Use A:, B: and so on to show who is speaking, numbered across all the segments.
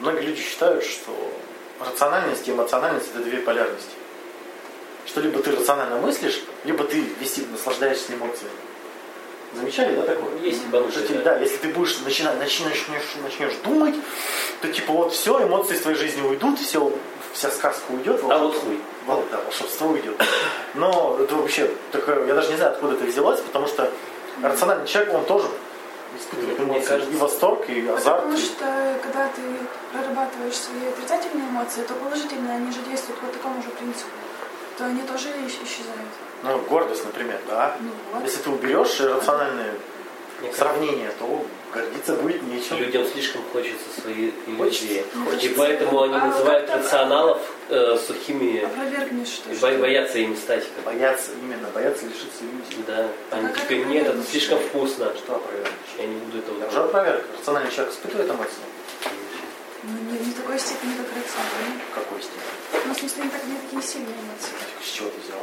A: Многие люди считают, что рациональность и эмоциональность – это две полярности. Что либо ты рационально мыслишь, либо ты вести наслаждаешься эмоциями. Замечали, да, такое?
B: Есть
A: Что
B: ебанутые,
A: тебе-
B: да.
A: да, если ты будешь начинать, начнешь, начнешь думать, то типа вот все, эмоции из твоей жизни уйдут, все, вся сказка уйдет.
B: А вот хуй.
A: Вол- да, волшебство уйдет. Но это вообще такое, я даже не знаю, откуда это взялось, потому что рациональный человек, он тоже испытывает
B: Мне
A: эмоции.
B: кажется.
A: И восторг, и азарт.
C: Потому что когда ты прорабатываешь свои отрицательные эмоции, то положительные, они же действуют по такому же принципу. То они тоже ис- исчезают.
A: Ну, гордость, например, да.
C: Ну вот.
A: Если ты уберешь рациональные
B: Мне кажется,
A: сравнения, то гордиться будет нечем.
B: людям слишком хочется свои иллюзии.
A: Хочется.
B: И
C: Хочется.
B: поэтому они
C: А вот
B: называют
C: это-
B: рационалов э, сухими
C: Опровергнешь что,
B: и
C: что-
B: бо- боятся им стать. как бы.
A: Боятся, именно, боятся лишиться иллюзий.
B: Да. Они
C: А как
B: теперь
C: это
B: нет, это
C: понятно,
B: слишком вкусно.
A: Что опровергнуть?
B: Я не буду этого
A: Это уже
B: делать».
A: опроверг. Рациональный человек испытывает эмоции.
C: Ну, не, не в такой степени, как рациональные.
A: В какой степени?
C: Ну, в смысле, не, так, не такие сильные эмоции.
A: С чего ты взяла?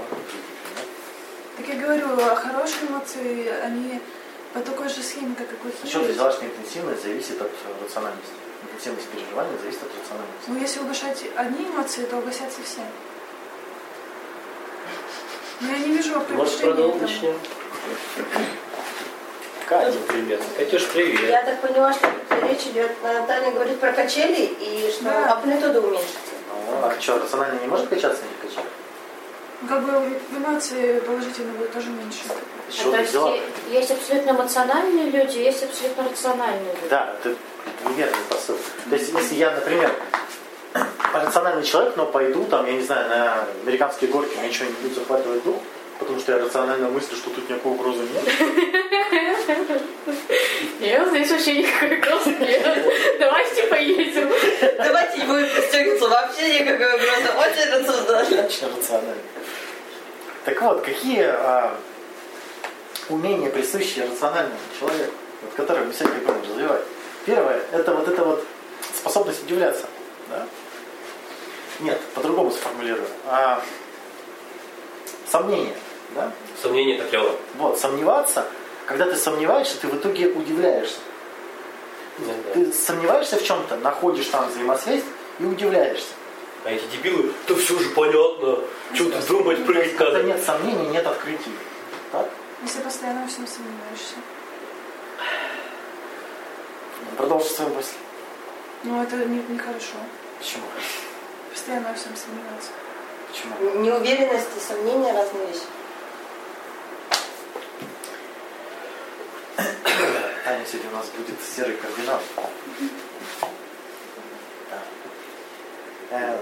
C: Так я говорю, а хорошие эмоции, они по такой же схеме, как и
A: С чего ты
C: плохие.
A: взяла, А что интенсивность зависит от э, рациональности? Интенсивность переживания зависит от рациональности.
C: Ну, если угашать одни эмоции, то угасятся все. Но я не вижу
B: Может,
C: опровержения этому.
B: продолжим? Например. Катюш, привет.
D: Я так поняла, что тут речь идет, Наталья говорит про качели и что «А
C: Да.
D: амплитуду уменьшить.
A: Ну, а что, рационально не может качаться, не качать?
C: Как бы эмоции положительные будут тоже меньше.
A: С
E: А
A: чего
E: то
A: ты
E: есть
A: взяла?
E: е- есть абсолютно эмоциональные люди, есть абсолютно рациональные люди.
A: Да, это неверный посыл. То есть, если я, например, рациональный человек, но пойду, там, я не знаю, на американские горки, меня ничего не будет захватывать дух, потому что я рационально мыслю, что тут никакой угрозы нет.
E: Нет, здесь вообще никакой угрозы нет. Давайте поедем.
D: Давайте его и пристегнуться вообще никакой угрозы. Очень рационально.
A: Достаточно рационально. Так вот, какие а, умения присущи рациональному человеку, вот, которые мы сегодня будем развивать? Первое, это вот эта вот способность удивляться. Да? Нет, по-другому сформулирую. А, сомнение. Да?
B: Сомнение это клево.
A: Вот, сомневаться, когда ты сомневаешься, ты в итоге удивляешься. Ты сомневаешься в чем-то, находишь там взаимосвязь и удивляешься.
B: А эти дебилы, да все же понятно. Что ты думать, прыгать
A: Когда
B: надо.
A: нет сомнений, нет открытий. Так?
C: Если постоянно во всем сомневаешься.
A: Продолжи свою мысль.
C: Ну, это не- нехорошо.
A: Почему?
C: постоянно во всем сомневаться.
A: Почему?
D: Неуверенность и сомнения разные вещи.
A: Таня сегодня у нас будет серый кардинал. Да. Э,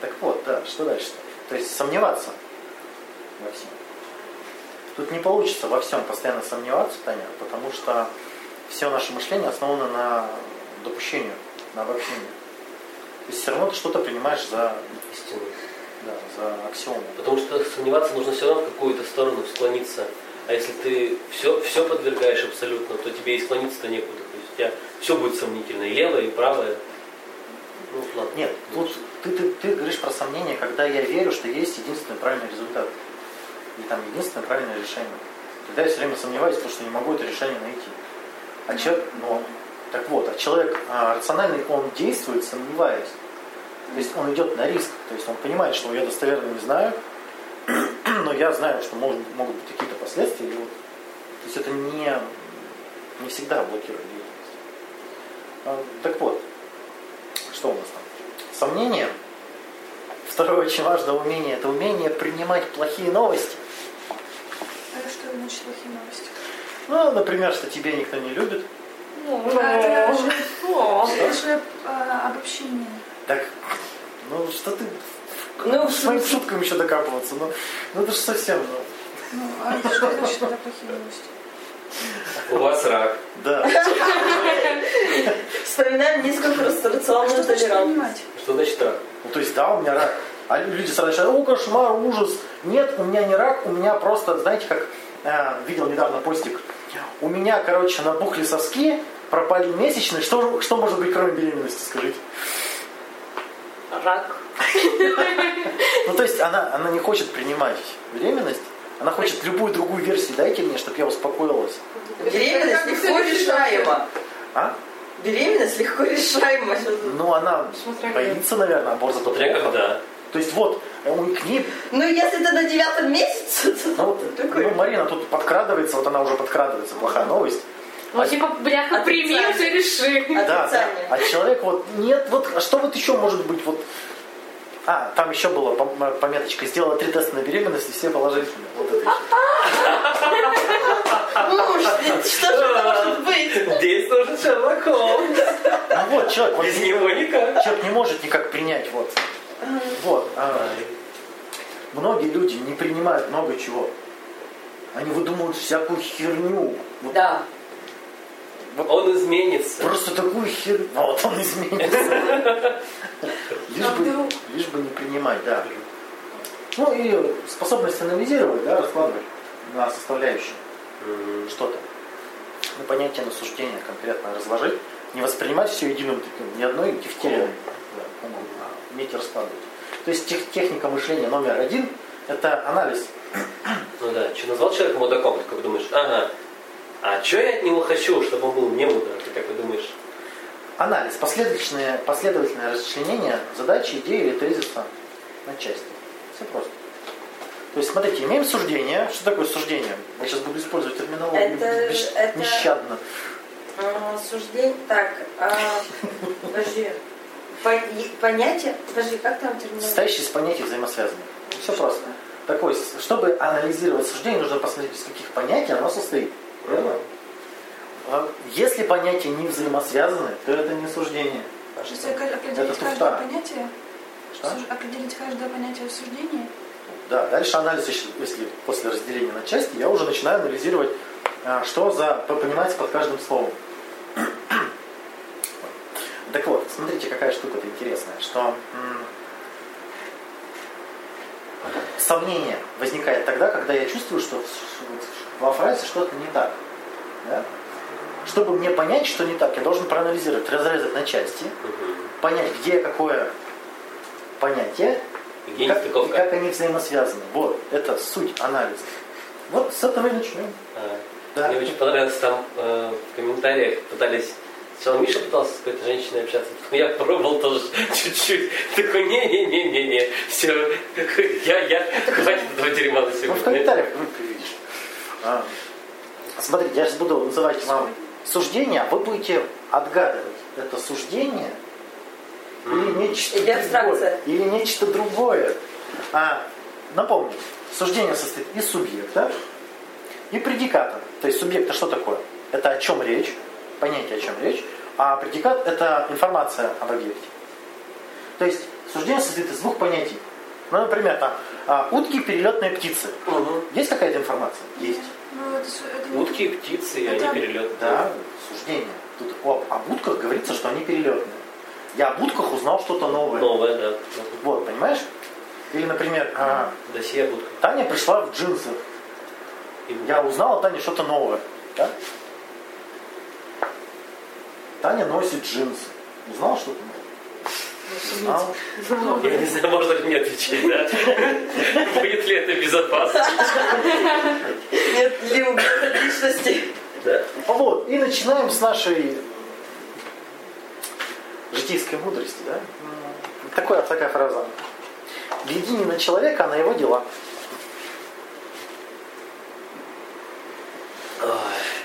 A: так вот, да, что дальше? То есть сомневаться во всем. Тут не получится во всем постоянно сомневаться, Таня, потому что все наше мышление основано на допущении, на обобщении. То есть все равно ты что-то принимаешь за,
B: Истину.
A: да, за аксиому.
B: Потому что сомневаться нужно все равно в какую-то сторону склониться. А если ты все, все подвергаешь абсолютно, то тебе и склониться-то некуда. То есть у тебя все будет сомнительно. И левое, и правое. Ну, ладно.
A: Нет, тут ты, ты, ты говоришь про сомнения, когда я верю, что есть единственный правильный результат. Или там единственное правильное решение. Тогда я все время сомневаюсь, потому что не могу это решение найти. А человек, ну, так вот, а человек а, рациональный, он действует, сомневаясь. То есть он идет на риск. То есть он понимает, что я достоверно не знаю, но я знаю, что может, могут быть какие-то последствия. И вот. То есть это не, не всегда блокирует деятельность. А, так вот, что у нас там? Сомнение. Второе очень важное умение – это умение принимать плохие новости.
C: Так что значит плохие новости?
A: Ну, например, что тебя никто не любит.
E: Ну,
C: А, это же-
D: О.
C: это же а, обобщение.
A: Так, ну что ты
D: Ну,
A: к своим шуткам еще докапываться? Ну, ну это же совсем, ну,
C: Ну, а это что значит тогда плохие новости?
B: У вас рак.
A: да.
D: Вспоминаем низкую
C: А
D: рациональную
C: что значит
D: толерантность.
C: понимать?
B: Что значит рак?
A: Ну, то есть, да, у меня рак. А люди сразу начинают, о, кошмар, ужас. Нет, у меня не рак, у меня просто, знаете, как э, видел недавно постик. У меня, короче, набухли соски, пропали месячные. Что, что может быть, кроме беременности, скажите?
E: Рак.
A: Ну, то есть она, она не хочет принимать беременность, она хочет любую другую версию, дайте мне, чтобы я успокоилась.
D: Беременность легко решаема.
A: А?
D: Беременность легко решаема.
A: Ну, она
E: Смотря как.
A: боится, наверное, аборта.
B: Смотря когда.
A: То есть вот, э, у- к ней
D: Ну, если ты на девятом месяце,
A: Ну,
D: то...
A: вот,
D: Такой.
A: ну, Марина тут подкрадывается, вот она уже подкрадывается, плохая новость.
E: Ну,
A: А-
E: типа, бляха, прими,
D: Отрицание.
E: все реши.
A: Да,
D: От-
A: да.
D: Отрицание.
A: А человек вот, нет, вот, а что вот еще может быть, вот, а, там еще была пом- э, пометочка, сделала три теста на беременность, и все положительные. Вот это еще. а,
D: Ну, уж, что же это может быть?
B: Здесь тоже Шерлок Холмс.
A: Ну вот, человек, вот,
B: Без него никак.
A: человек не может никак принять, вот. Вот. а, многие люди не принимают много чего. Они выдумывают всякую херню. Вот
D: Да.
B: Он изменится.
A: Просто такую херню. А вот он изменится. Лишь
C: А
A: бы,
C: вдруг?
A: лишь бы не принимать, да. Ну и способность анализировать, да, раскладывать на составляющие
B: М.
A: что-то. На понятие, на суждение конкретно разложить. Не воспринимать все единым таким, ни одной дифтерией. Да, кубом, а уметь раскладывать. То есть тех- техника мышления номер один – это анализ.
B: Ну да, что назвал человека мудаком, ты как думаешь, ага. А что я от него хочу, чтобы он был не мудак, ты как ты думаешь?
A: Анализ. Последовательное, последовательное расчленение задачи, идеи или тезиса на части. Все просто. То есть, смотрите, имеем суждение. Что такое суждение? Я сейчас буду использовать терминологию
D: Это-
A: бес-
D: это-
A: нещадно.
D: А, Суждение... Так, а, подожди. По- Понятие... Подожди, как там терминология?
A: состоящие из понятий взаимосвязанных. Все просто. Такое, с- чтобы анализировать суждение, нужно посмотреть, из каких понятий оно состоит. Верно? А Если понятия не взаимосвязаны, то это не суждение.
D: А
C: Что если ка-
A: Это
C: определить
A: туфта.
C: каждое понятие,
A: Что?
C: суж- определить каждое понятие в суждении,
A: Да, дальше анализ, если, если после разделения на части, я уже начинаю анализировать, а, что за по- понимается под каждым словом. Так вот, смотрите, какая штука-то интересная, что м, сомнение возникает тогда, когда я чувствую, что в- в- во фразе что-то не так. да? Чтобы мне понять, что не так, я должен проанализировать, разрезать на части,
B: Мгм.
A: понять, где какое понятие,
B: Где
A: как, и
B: нестыковка?
A: как они взаимосвязаны. Вот, это суть анализа. Вот с этого и начнем.
B: А.
A: Да.
B: Мне очень понравилось там э, в комментариях пытались. Сначала Миша пытался с какой-то женщиной общаться. потом Я пробовал тоже чуть-чуть. Такой, не-не-не-не-не. Все. Я, я. Хватит этого дерьма на
A: Ну, в
B: сегодня.
A: комментариях ну, ты видишь. А, Смотрите, я сейчас буду называть вам суждение, а вы будете отгадывать, это суждение или нечто
D: Или абстракция.
A: другое. Или нечто другое. А, напомню, суждение состоит из субъекта и предиката. То есть субъект это что такое? Это о чем речь, понятие о чем речь, а предикат это информация об объекте. То есть суждение состоит из двух понятий. Ну, например, там, а, утки перелетные птицы.
B: Мгм.
A: Есть какая-то информация? Есть.
C: ну, это, су- это не-
B: Утки и птицы, и они
C: Это-
B: перелетные.
A: Ну Да, суждение. Тут о, об утках говорится, что они перелетные. Я об утках узнал что-то новое.
B: Новое, да.
A: Вот, понимаешь? Или, например, а,
B: Досье будка.
A: Таня пришла в джинсах.
B: И
A: Я узнал о Тане что-то новое. Да? Таня носит джинсы. Узнал что-то новое? Узнал.
B: Я не знаю, можно ли мне отвечать, да? Будет ли это безопасно?
D: Нет ли угроза личности?
B: Да.
A: Вот, и начинаем с нашей житейской мудрости, да? М, Такое, такая фраза. Гляди не на человека, а на его дела.
B: Ой,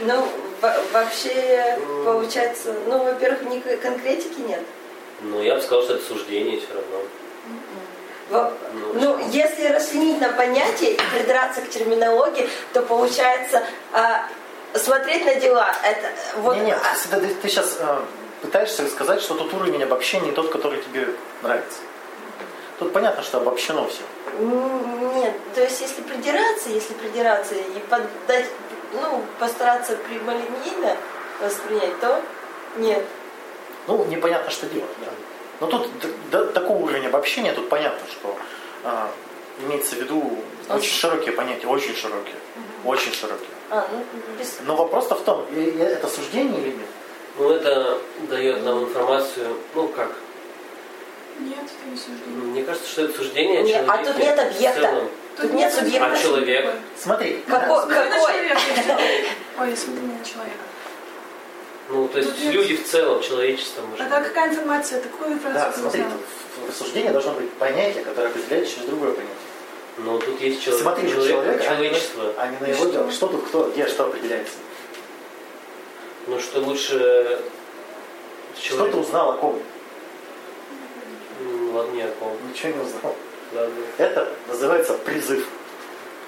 D: Ну, во- вообще, получается... Ну, во-первых, никакой конкретики нет.
B: Ну, я бы сказал, что это суждение все равно.
D: Во-
B: Ну,
D: Ну, если расчленить на понятия и придраться к терминологии, то получается а, смотреть на дела. Это э, вот.
A: не, нет,
D: а,
A: ты, сейчас пытаешься сказать, что тот уровень обобщения не тот, который тебе нравится. Тут понятно, что обобщено все.
D: м, нет, то есть если придираться, если придираться и поддать, ну, постараться прямолинейно воспринять, то нет.
A: Ну, непонятно, что делать. да. Но тут д- до такого уровня обобщения, тут понятно, что а, имеется в виду очень широкие понятия, очень широкие, очень широкие.
D: А, ну, без-
A: Но вопрос-то в том, и- и это суждение или нет?
B: Ну, это дает нам информацию, ну как,
C: Нет, это не суждение.
A: Ну,
B: мне кажется, что это суждение о
D: Не, а
B: человеке
D: тут нет
B: в
D: объекта.
B: целом.
D: Тут нет
B: А
D: субъекта.
B: человек?
A: Смотри,
D: Како-
C: Смотри на
D: Какой?
C: человека. Ой, смотри на человека.
B: Ну, то есть
C: Тут нет-
B: люди в целом, человечество может
D: А
C: Тогда
B: быть.
C: А какая информация? Ты какую информацию
A: Да,
C: ты
A: смотри,
C: узнала?
A: в рассуждении должно быть понятие, которое определяет через другое понятие.
B: Но тут есть человек,
A: Смотри,
B: человек-
A: человек, а не на-
B: человечество.
A: а не на
C: И
A: его
C: что?
A: дело. Что тут, кто, где, что определяется.
B: Ну что лучше
A: Что
B: человек.
A: ты узнал о ком?
B: М, Ладно, не о ком.
A: Ничего не узнал.
B: Ладно.
A: Это называется призыв.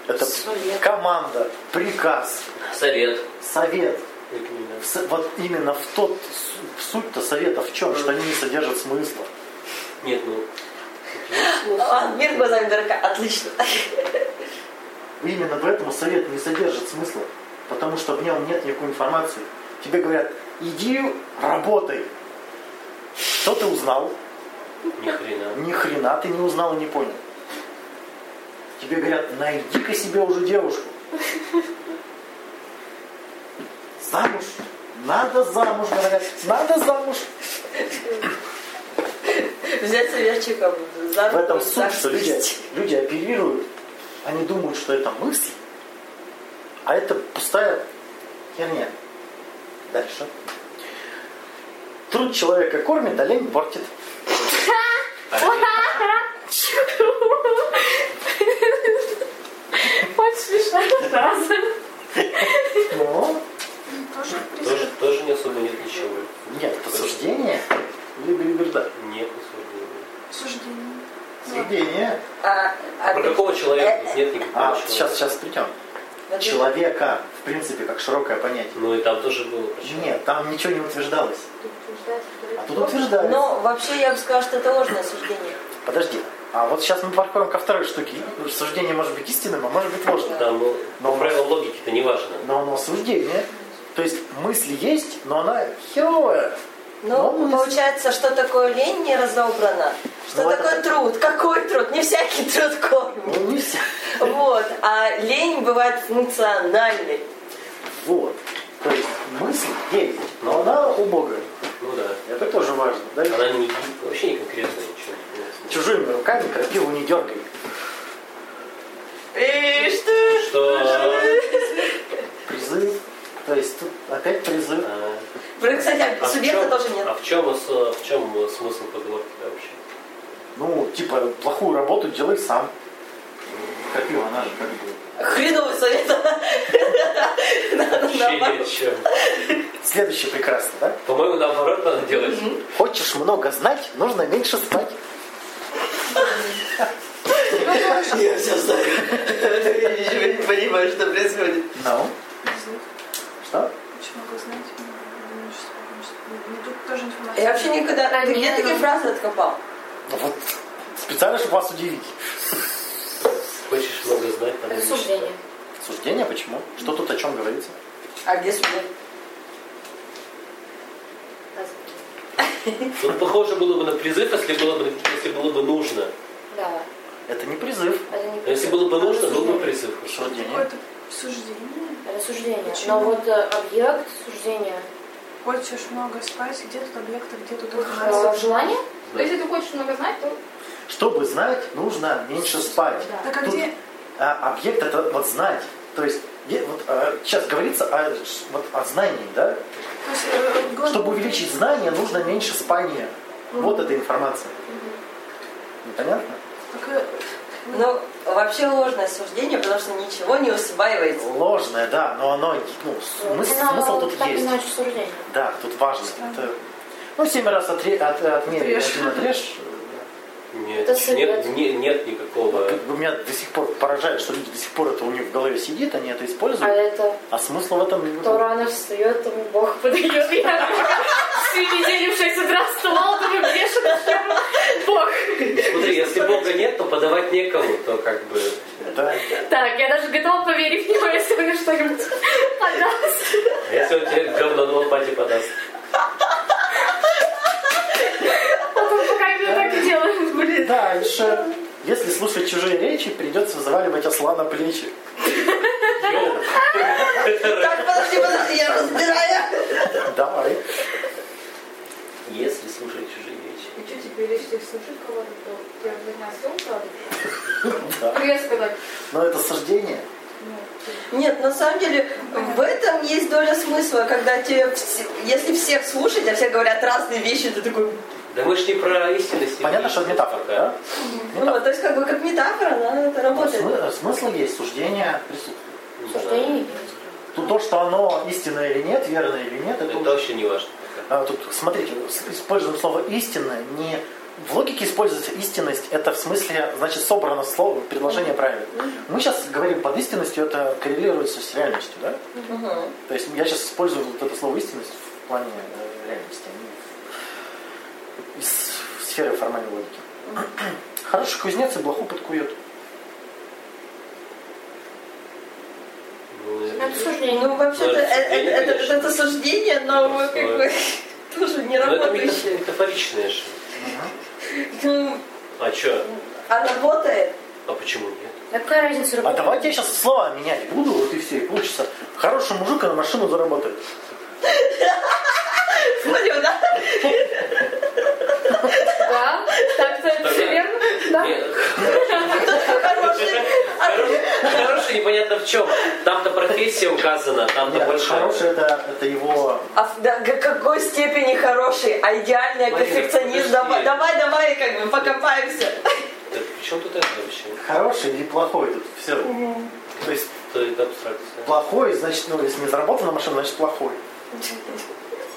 A: Это
D: Совет.
A: команда, приказ,
B: Совет.
A: совет. В
B: Рекомендация.
A: с- Вот именно в тот су- в суть-то совета в чем, что они не содержат смысла.
B: Нет, ну.
D: А, мир глазами дурака. Отлично.
A: Именно поэтому совет не содержит смысла, потому что в нем нет никакой информации. Тебе говорят, иди работай. Что ты узнал?
B: Ни хрена.
A: Ни хрена ты не узнал и не понял. Тебе говорят, найди-ка себе уже девушку. Замуж. Надо замуж, говорят. Надо замуж.
D: Взять советчиком за
A: В
D: руку.
A: этом
D: и
A: суть, что люди,
D: захватить.
A: люди оперируют. Они думают, что это мысль, а это пустая херня. Дальше. Труд человека кормит, а лень портит. А
E: Очень смешная фраза.
A: Но
C: Тоже
B: Тоже,
C: призыв.
B: тоже не особо нет ничего.
A: нет, посуждение либо либерда.
B: Нет осуждения.
C: Суждение.
A: Суждение.
D: А, а
B: Про какого человека тут нет никакого
A: А,
B: человека.
A: сейчас, сейчас придем.
D: вот
A: Человека, в принципе, как широкое понятие.
B: Ну и там тоже было про человека.
A: Нет, там ничего не утверждалось. А тут утверждается.
D: это- Но вообще я бы сказала, что это ложное суждение.
A: Подожди. А вот сейчас мы подходим ко второй штуке. Суждение может быть истинным, а может быть ложным.
B: Там ну,
A: Но-
B: по правилам логики-то не важно.
A: Но оно суждение. То есть мысль есть, но она херовая.
D: Ну,
A: мысль.
D: получается, что такое лень не разобрана. Что
A: Ну, это-
D: такое труд? Какой труд? Не всякий труд кормит.
A: Ну, не вся.
D: Вот. А лень бывает функциональной.
A: Вот. То есть мысль есть, но она убогая.
B: Ну да.
A: Это тоже важно. Да?
B: Она не, вообще не конкретная ничего. Нет.
A: Чужими руками крапиву не дергай.
D: И что?
B: Что?
A: Призыв. То есть тут опять призыв.
B: А.
D: Блин, Кстати, а
B: А в
D: субъекта
B: чем-
D: тоже нет.
B: А в чем, ос- в чем смысл поговорки вообще?
A: Ну, типа, плохую работу делай сам. Крапива, она же как бы...
D: А. Хреновый совет.
B: Вообще ни о чем.
A: Следующий прекрасно, да?
B: По-моему, наоборот надо делать.
A: Хочешь много знать, нужно меньше спать.
D: Я все знаю. Я ничего не понимаю, что происходит.
A: Ну,
C: Призыв.
A: что?
C: Очень много знать. ну, меньше спать, меньше спать. Ну, тут тоже информация.
D: Я вообще никогда... Ты где такие фразы откопал?
A: Ну Вот. Специально, чтобы вас удивить.
B: Хочешь много знать, там
E: Рассуждение.
A: Суждение почему? Что тут о чем говорится?
D: А где субъект?
B: Ну, похоже было бы на призыв, если было бы, если было бы нужно.
E: Да.
A: Это не призыв.
E: Это не
B: Но если было бы нужно, был бы
E: Рассуждение.
B: призыв.
A: Суждение.
C: Какое-то суждение.
E: Рассуждение.
C: Почему?
E: Но вот э, объект суждения.
C: Хочешь много спать, где тут объекты, где тут
E: э,
C: информация.
E: Желание? То есть, если ты хочешь много знать, то...
A: Чтобы знать, нужно меньше спать.
E: Да.
C: Так а
A: Тут-
C: где
A: А объект это вот знать. То есть е- вот, э, сейчас говорится о, ш- вот, о знании, да?
C: То есть, э, главное-
A: Чтобы увеличить знание, нужно меньше спания. Вот эта информация. Непонятно?
C: Так, э,
D: Ну, вообще ложное суждение, потому что ничего не усваивается.
A: Ложное, да, но оно, ну, с- мыс-
E: Оно
A: смысл тут
E: Э, так или
A: есть.
E: иначе суждение.
A: Да, тут важно.
C: Странно.
A: Это- ну, семь раз отре, от, э, отмерь,
C: Отрежь.
A: один отрежь.
B: Нет,
E: Это
B: нет,
E: совет.
B: не- нет никакого.
A: Как бы меня до сих пор поражает, что люди до сих пор это у них в голове сидит, они это
E: А
A: используют,
E: это...
A: а смысла в этом
E: Кто
A: нет.
E: рано встает, тому Бог подает. Я всю неделю в 6 утра вставала, думаю, где же эта херня? Бог.
B: Смотри, если Бога нет, то подавать некому, то как бы.
A: Да.
E: Так, я даже готова поверить в него, если он мне что-нибудь подаст.
B: А если он тебе говно на лопате подаст?
E: Потом А пока я так и делаю. Блин.
A: Дальше. Если слушать чужие речи, придется заваливать осла на плечи.
B: Йоу.
D: Так, подожди, подожди, я разбираю.
A: Давай.
B: Если слушать чужие речи.
F: И что теперь, если слушать кого-то, то я бы не о всем правда?
A: Да.
E: Привет сказать.
A: Но это суждение.
D: Нет, на самом деле в этом есть доля смысла, когда тебе, вс- если всех слушать, а все говорят разные вещи, ты такой,
B: Да мы ж не про истинность. и
A: Понятно, что это
B: истинность
A: метафора,
B: пока.
A: да?
D: ну,
A: Метафора.
D: то есть как бы как метафора, да, это
A: Ну,
D: работает.
A: смы- Смысл есть, суждение присутствует.
B: Ну, да.
E: Суждение
A: То, то, что оно истинное или нет, верное или нет, это
B: Это
A: уже-
B: вообще не важно. пока.
A: А, Тут, смотрите, с- используем слово «истина» не в логике используется истинность, это в смысле, значит, собрано слово, предложение правильно. Мы сейчас говорим под истинностью, это коррелируется с реальностью, да?
D: Мгм.
A: То есть я сейчас использую вот это слово истинность в плане э, реальности, а не из сферы формальной логики. Хороший кузнец и блоху подкует.
B: Ну,
E: Это
B: это-
E: суждение.
D: Ну, вообще-то,
B: Ну, это
D: э- э-
B: суждение,
D: это,
B: конечно.
D: это суждение, но ну,
B: Просто-
D: как бы тоже не
B: ну, это метаф-
D: работающее.
B: метафоричное же.
D: Ну,
B: А что?
D: А работает.
B: А почему нет?
E: Да Какая разница?
A: А
E: работает?
A: давайте я сейчас слова менять буду, вот и все, и получится. Хороший мужик и на машину заработает.
D: Смотрю, да?
E: Да, так-то все верно. Да.
B: Нет,
D: Ну,
B: хороший- Хороший непонятно в чем. Там-то профессия указана, а там-то
A: Нет,
B: больше.
A: Э, хороший это, это его
D: А в- да, к какой степени хороший, а идеальный
B: Марина,
D: перфекционист.
B: подожди.
D: Давай, давай, давай, как бы покопаемся.
B: Так Причем тут это вообще?
A: хороший или плохой тут все. То есть
B: Это, это абстракция.
A: плохой, значит, ну, если не заработана машина, значит плохой.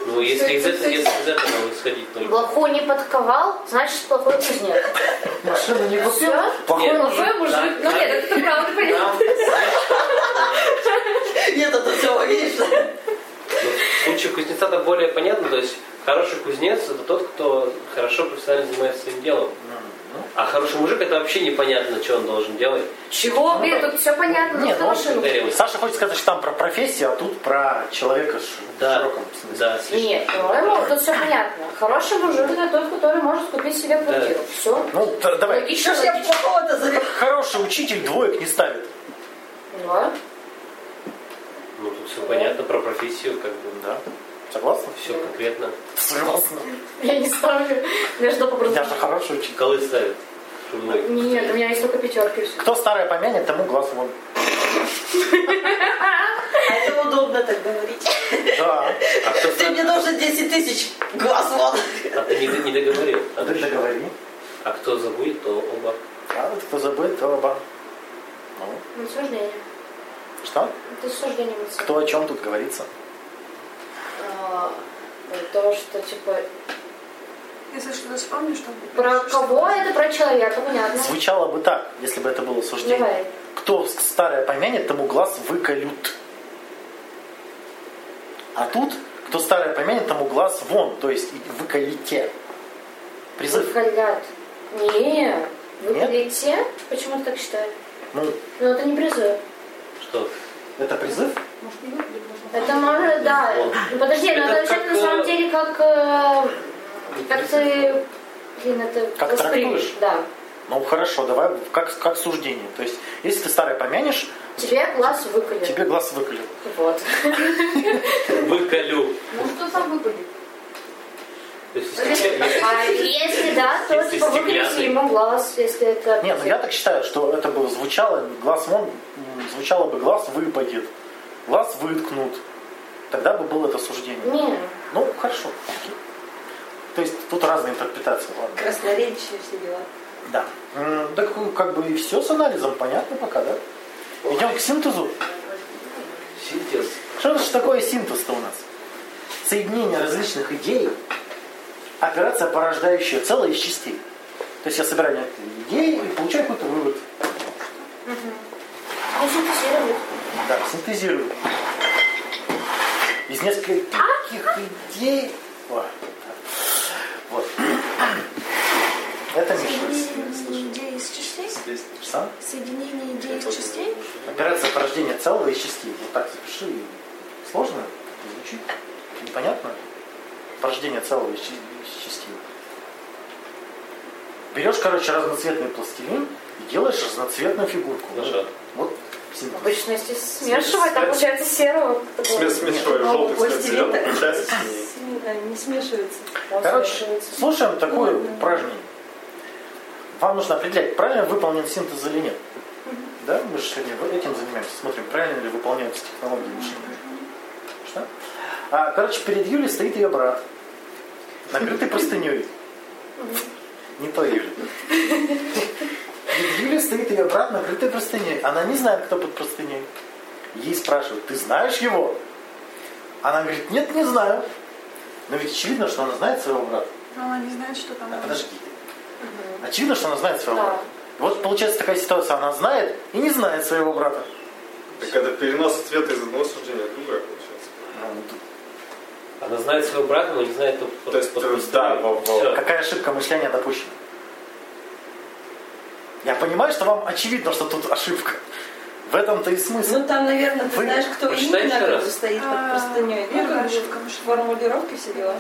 B: Ну, если из,
E: это
B: этого, если из этого исходить только.
E: Плохой не подковал, значит плохой кузнец.
A: Машину не купил,
E: Всё?
A: плохой
B: Нет.
E: Плохой мужик. Ну нет, это ты правда
B: Нам,
E: понимаешь.
D: Нет, это все, видишь?
B: ну, в случае кузнеца это более понятно, то есть хороший кузнец это тот, кто хорошо профессионально занимается своим делом.
A: ну.
B: А хороший мужик это вообще непонятно, что он должен делать.
E: Чего? Блин, тут все понятно.
A: Нет,
E: ну,
A: ну,
E: хороший мужик.
B: Критерий.
A: Саша хочет сказать, что там про профессию, а тут про человека ш- в
B: Да,
A: широком смысле.
B: да, слишком.
E: Нет, по-моему, тут все понятно. Хороший мужик это тот, который может купить себе квартиру. Все.
A: Ну, да- давай.
E: Логично,
D: Что ж я
E: логично.
D: плохого-то за...
A: Хороший учитель двоек не ставит.
E: Да.
B: Ну тут все понятно про профессию, как бы, да.
A: Согласна?
B: Все конкретно.
A: Согласна.
E: Я не ставлю. Я жду
A: Я
E: попросту.
A: же хороший учитель.
B: Голы ставят. Шумной.
E: Нет, у меня есть только пятерки. всё.
A: Кто старое помянет, тому глаз вон.
D: А это удобно так говорить.
A: Да.
B: А кто
D: Ты
B: ставит?
D: мне должен 10 тысяч глаз вон.
B: А ты не, д- не договорил.
A: А ты договори.
B: А кто забудет, то оба.
A: А вот кто забыл, то оба. Ну,
E: Ну, суждение.
A: что?
E: Это суждение мысли.
A: Кто о чем тут говорится?
E: А, То, что типа
C: Если что-то вспомнишь, то...
E: про кого это про человека, понятно.
A: Звучало бы так, если бы это было суждение.
E: Давай.
A: Кто с- старое помянет, тому глаз выколют. А тут, кто старое помянет, тому глаз вон, то есть и выколите. Призыв.
E: Выкалят. Не, вы
A: Нет?
E: полите? Почему ты так считаешь?
A: Ну,
E: Ну это не призыв.
B: Что?
A: это призыв?
C: Может, не выглядит, может,
E: Это может, да. Ну подожди,
B: Это
E: но это вообще
B: как,
E: на самом
B: э,
E: деле как... э, Как ты... Блин, это
A: Как трактуешь?
E: Да.
A: Ну хорошо, давай как, как суждение. То есть, если ты старое помянешь,
E: Тебе глаз выколет.
A: тебе глаз выколют.
E: Вот.
B: Выколю.
E: Ну,
C: Может, он сам выпадет.
B: То есть,
E: А
B: если я-
E: если да, то
B: Если
E: типа выколите
B: стеклянный.
E: ему глаз, если это...
A: Не, ну я так считаю, что это бы звучало, глаз вон, м, звучало бы глаз выпадет, глаз выткнут. Тогда бы было это суждение.
E: Не,
A: Ну, хорошо. окей. То есть тут разные интерпретации, ладно.
D: Красноречие все дела.
A: Да. М, Так ну, как бы и все с анализом понятно пока, да? Идем к синтезу.
B: синтез.
A: Что же такое синтез-то у нас? Соединение различных идей, операция, порождающая целое из частей. То есть я собираю некоторые идеи и получаю какой-то вывод.
E: ну синтезировать.
A: Да, синтезирую. Из нескольких идей... О, Вот. Это Миша.
C: Соединение идеи из частей?
A: Сам?
C: Соединение идей из частей?
A: Операция порождения целого из частей. Вот так запиши. Сложно? Звучит? Непонятно? Порождение целого из чи- из частей. Берешь, короче, разноцветный пластилин и делаешь разноцветную фигурку.
B: Ножа.
A: Вот синтез.
E: Обычно если смешивать, там получается серого. такого.
F: Смесь смешиваешь
E: Нового
F: желтый цвет,
E: пластилина.
F: зеленый, получается синий.
D: Да, не смешивается.
E: Он
A: Короче,
E: смешивается.
A: слушаем такое упражнение. Вам нужно определять, правильно выполнен синтез или нет. Да, мы же сегодня этим занимаемся, смотрим, правильно ли выполняются технологии мышления. Что? А, короче, перед Юлей стоит ее брат, накрытый простыней. Не то Юля. Перед Юлей стоит ее брат, накрытый простыней. Она не знает, кто под простыней. Ей спрашивают, ты знаешь его? Она говорит, нет, не знаю. Но ведь очевидно, что она знает своего брата.
C: Но Ну, она не знает, что там.
A: А, подожди. Очевидно, что она знает своего брата. И вот получается такая ситуация, она знает и не знает своего брата.
F: Так это перенос ответа из одного суждения в другое получается.
A: Ну, тут
B: Она знает своего брата, но не знает, кто
F: То есть, э, да, во- во-
B: Всё.
A: Какая ошибка мышления допущена? Я понимаю, что вам очевидно, что тут ошибка. В этом-то и смысл.
D: Ну там, наверное, ты
A: Вы-
D: знаешь, кто
B: вы читаете
D: именно
B: раз?
D: кто стоит под
C: А,
D: простыней. Ну,
C: первая
D: как же,
C: ошибка, может.
D: формулировки все дела.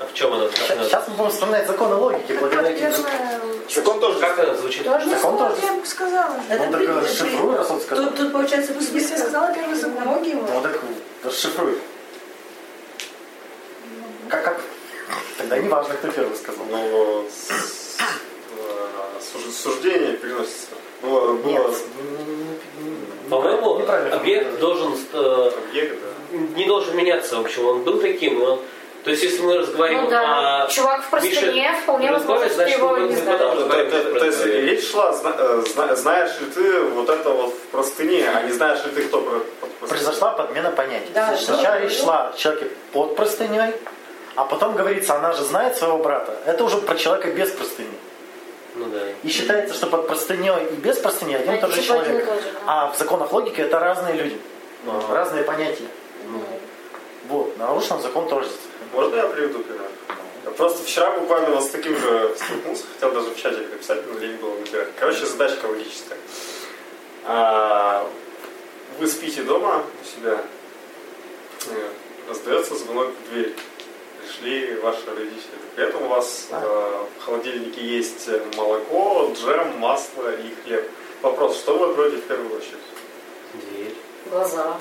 B: А в чем она? Как она,
A: Сейчас мы будем вспоминать законы логики, благодаря
C: Какое-то
A: этим.
C: первое-
F: Так он тоже
B: как она звучит?
C: Даже не
A: типа, Так а он
C: сказала,
A: тоже-
C: Ну, я ему сказала.
A: Ну,
D: Это
A: так
D: при-
A: расшифруй, раз он сказал.
D: Тут, тут получается, вы
C: Если я сказала первый закон.
D: многие
A: Ну так расшифруй. Как, как? Тогда не важно, кто первый сказал.
F: Ну, с- э, суж- суждение переносится. Ну,
A: Нет,
F: было
A: не- не- не-
B: По-моему,
A: неправильно.
B: объект должен э,
F: объект, да.
B: не должен меняться, в общем, он был таким, и он... То есть, если мы разговариваем
E: Ну да,
A: а
B: о...
E: чувак в простыне,
B: Мише
E: вполне возможно,
B: разговаривает,
E: что
B: значит,
E: его
B: мы
E: не
B: не
E: знают.
B: потому,
F: То-
B: что
F: то- то- то есть
B: правильно.
F: речь шла, зна- э, зна- знаешь ли ты вот это вот в простыне, а не знаешь ли ты, кто про- под простыней.
A: Произошла подмена понятий.
D: Да,
A: Сначала
D: да.
A: речь шла о человеке под простыней, а потом говорится, она же знает своего брата. Это уже про человека без простыни.
B: Ну да.
A: И считается, что под простыней и без простыни один и
E: Это
A: тот же
E: типа один и
A: человек.
E: тот же, да.
A: А в законах логики это разные люди,
B: Ага.
A: разные понятия. Вот, нарушен закон тождества.
F: Можно я приведу пример? Я просто вчера буквально вот с таким же столкнулся, хотел даже в чатик написать, но лень было набирать. Короче, задачка логическая. А, вы спите дома у себя, э, раздается звонок в дверь. Пришли ваши родители. При этом у вас э, в холодильнике есть молоко, джем, масло и хлеб. Вопрос, что вы откроете в первую очередь?
B: Дверь.
E: Глаза.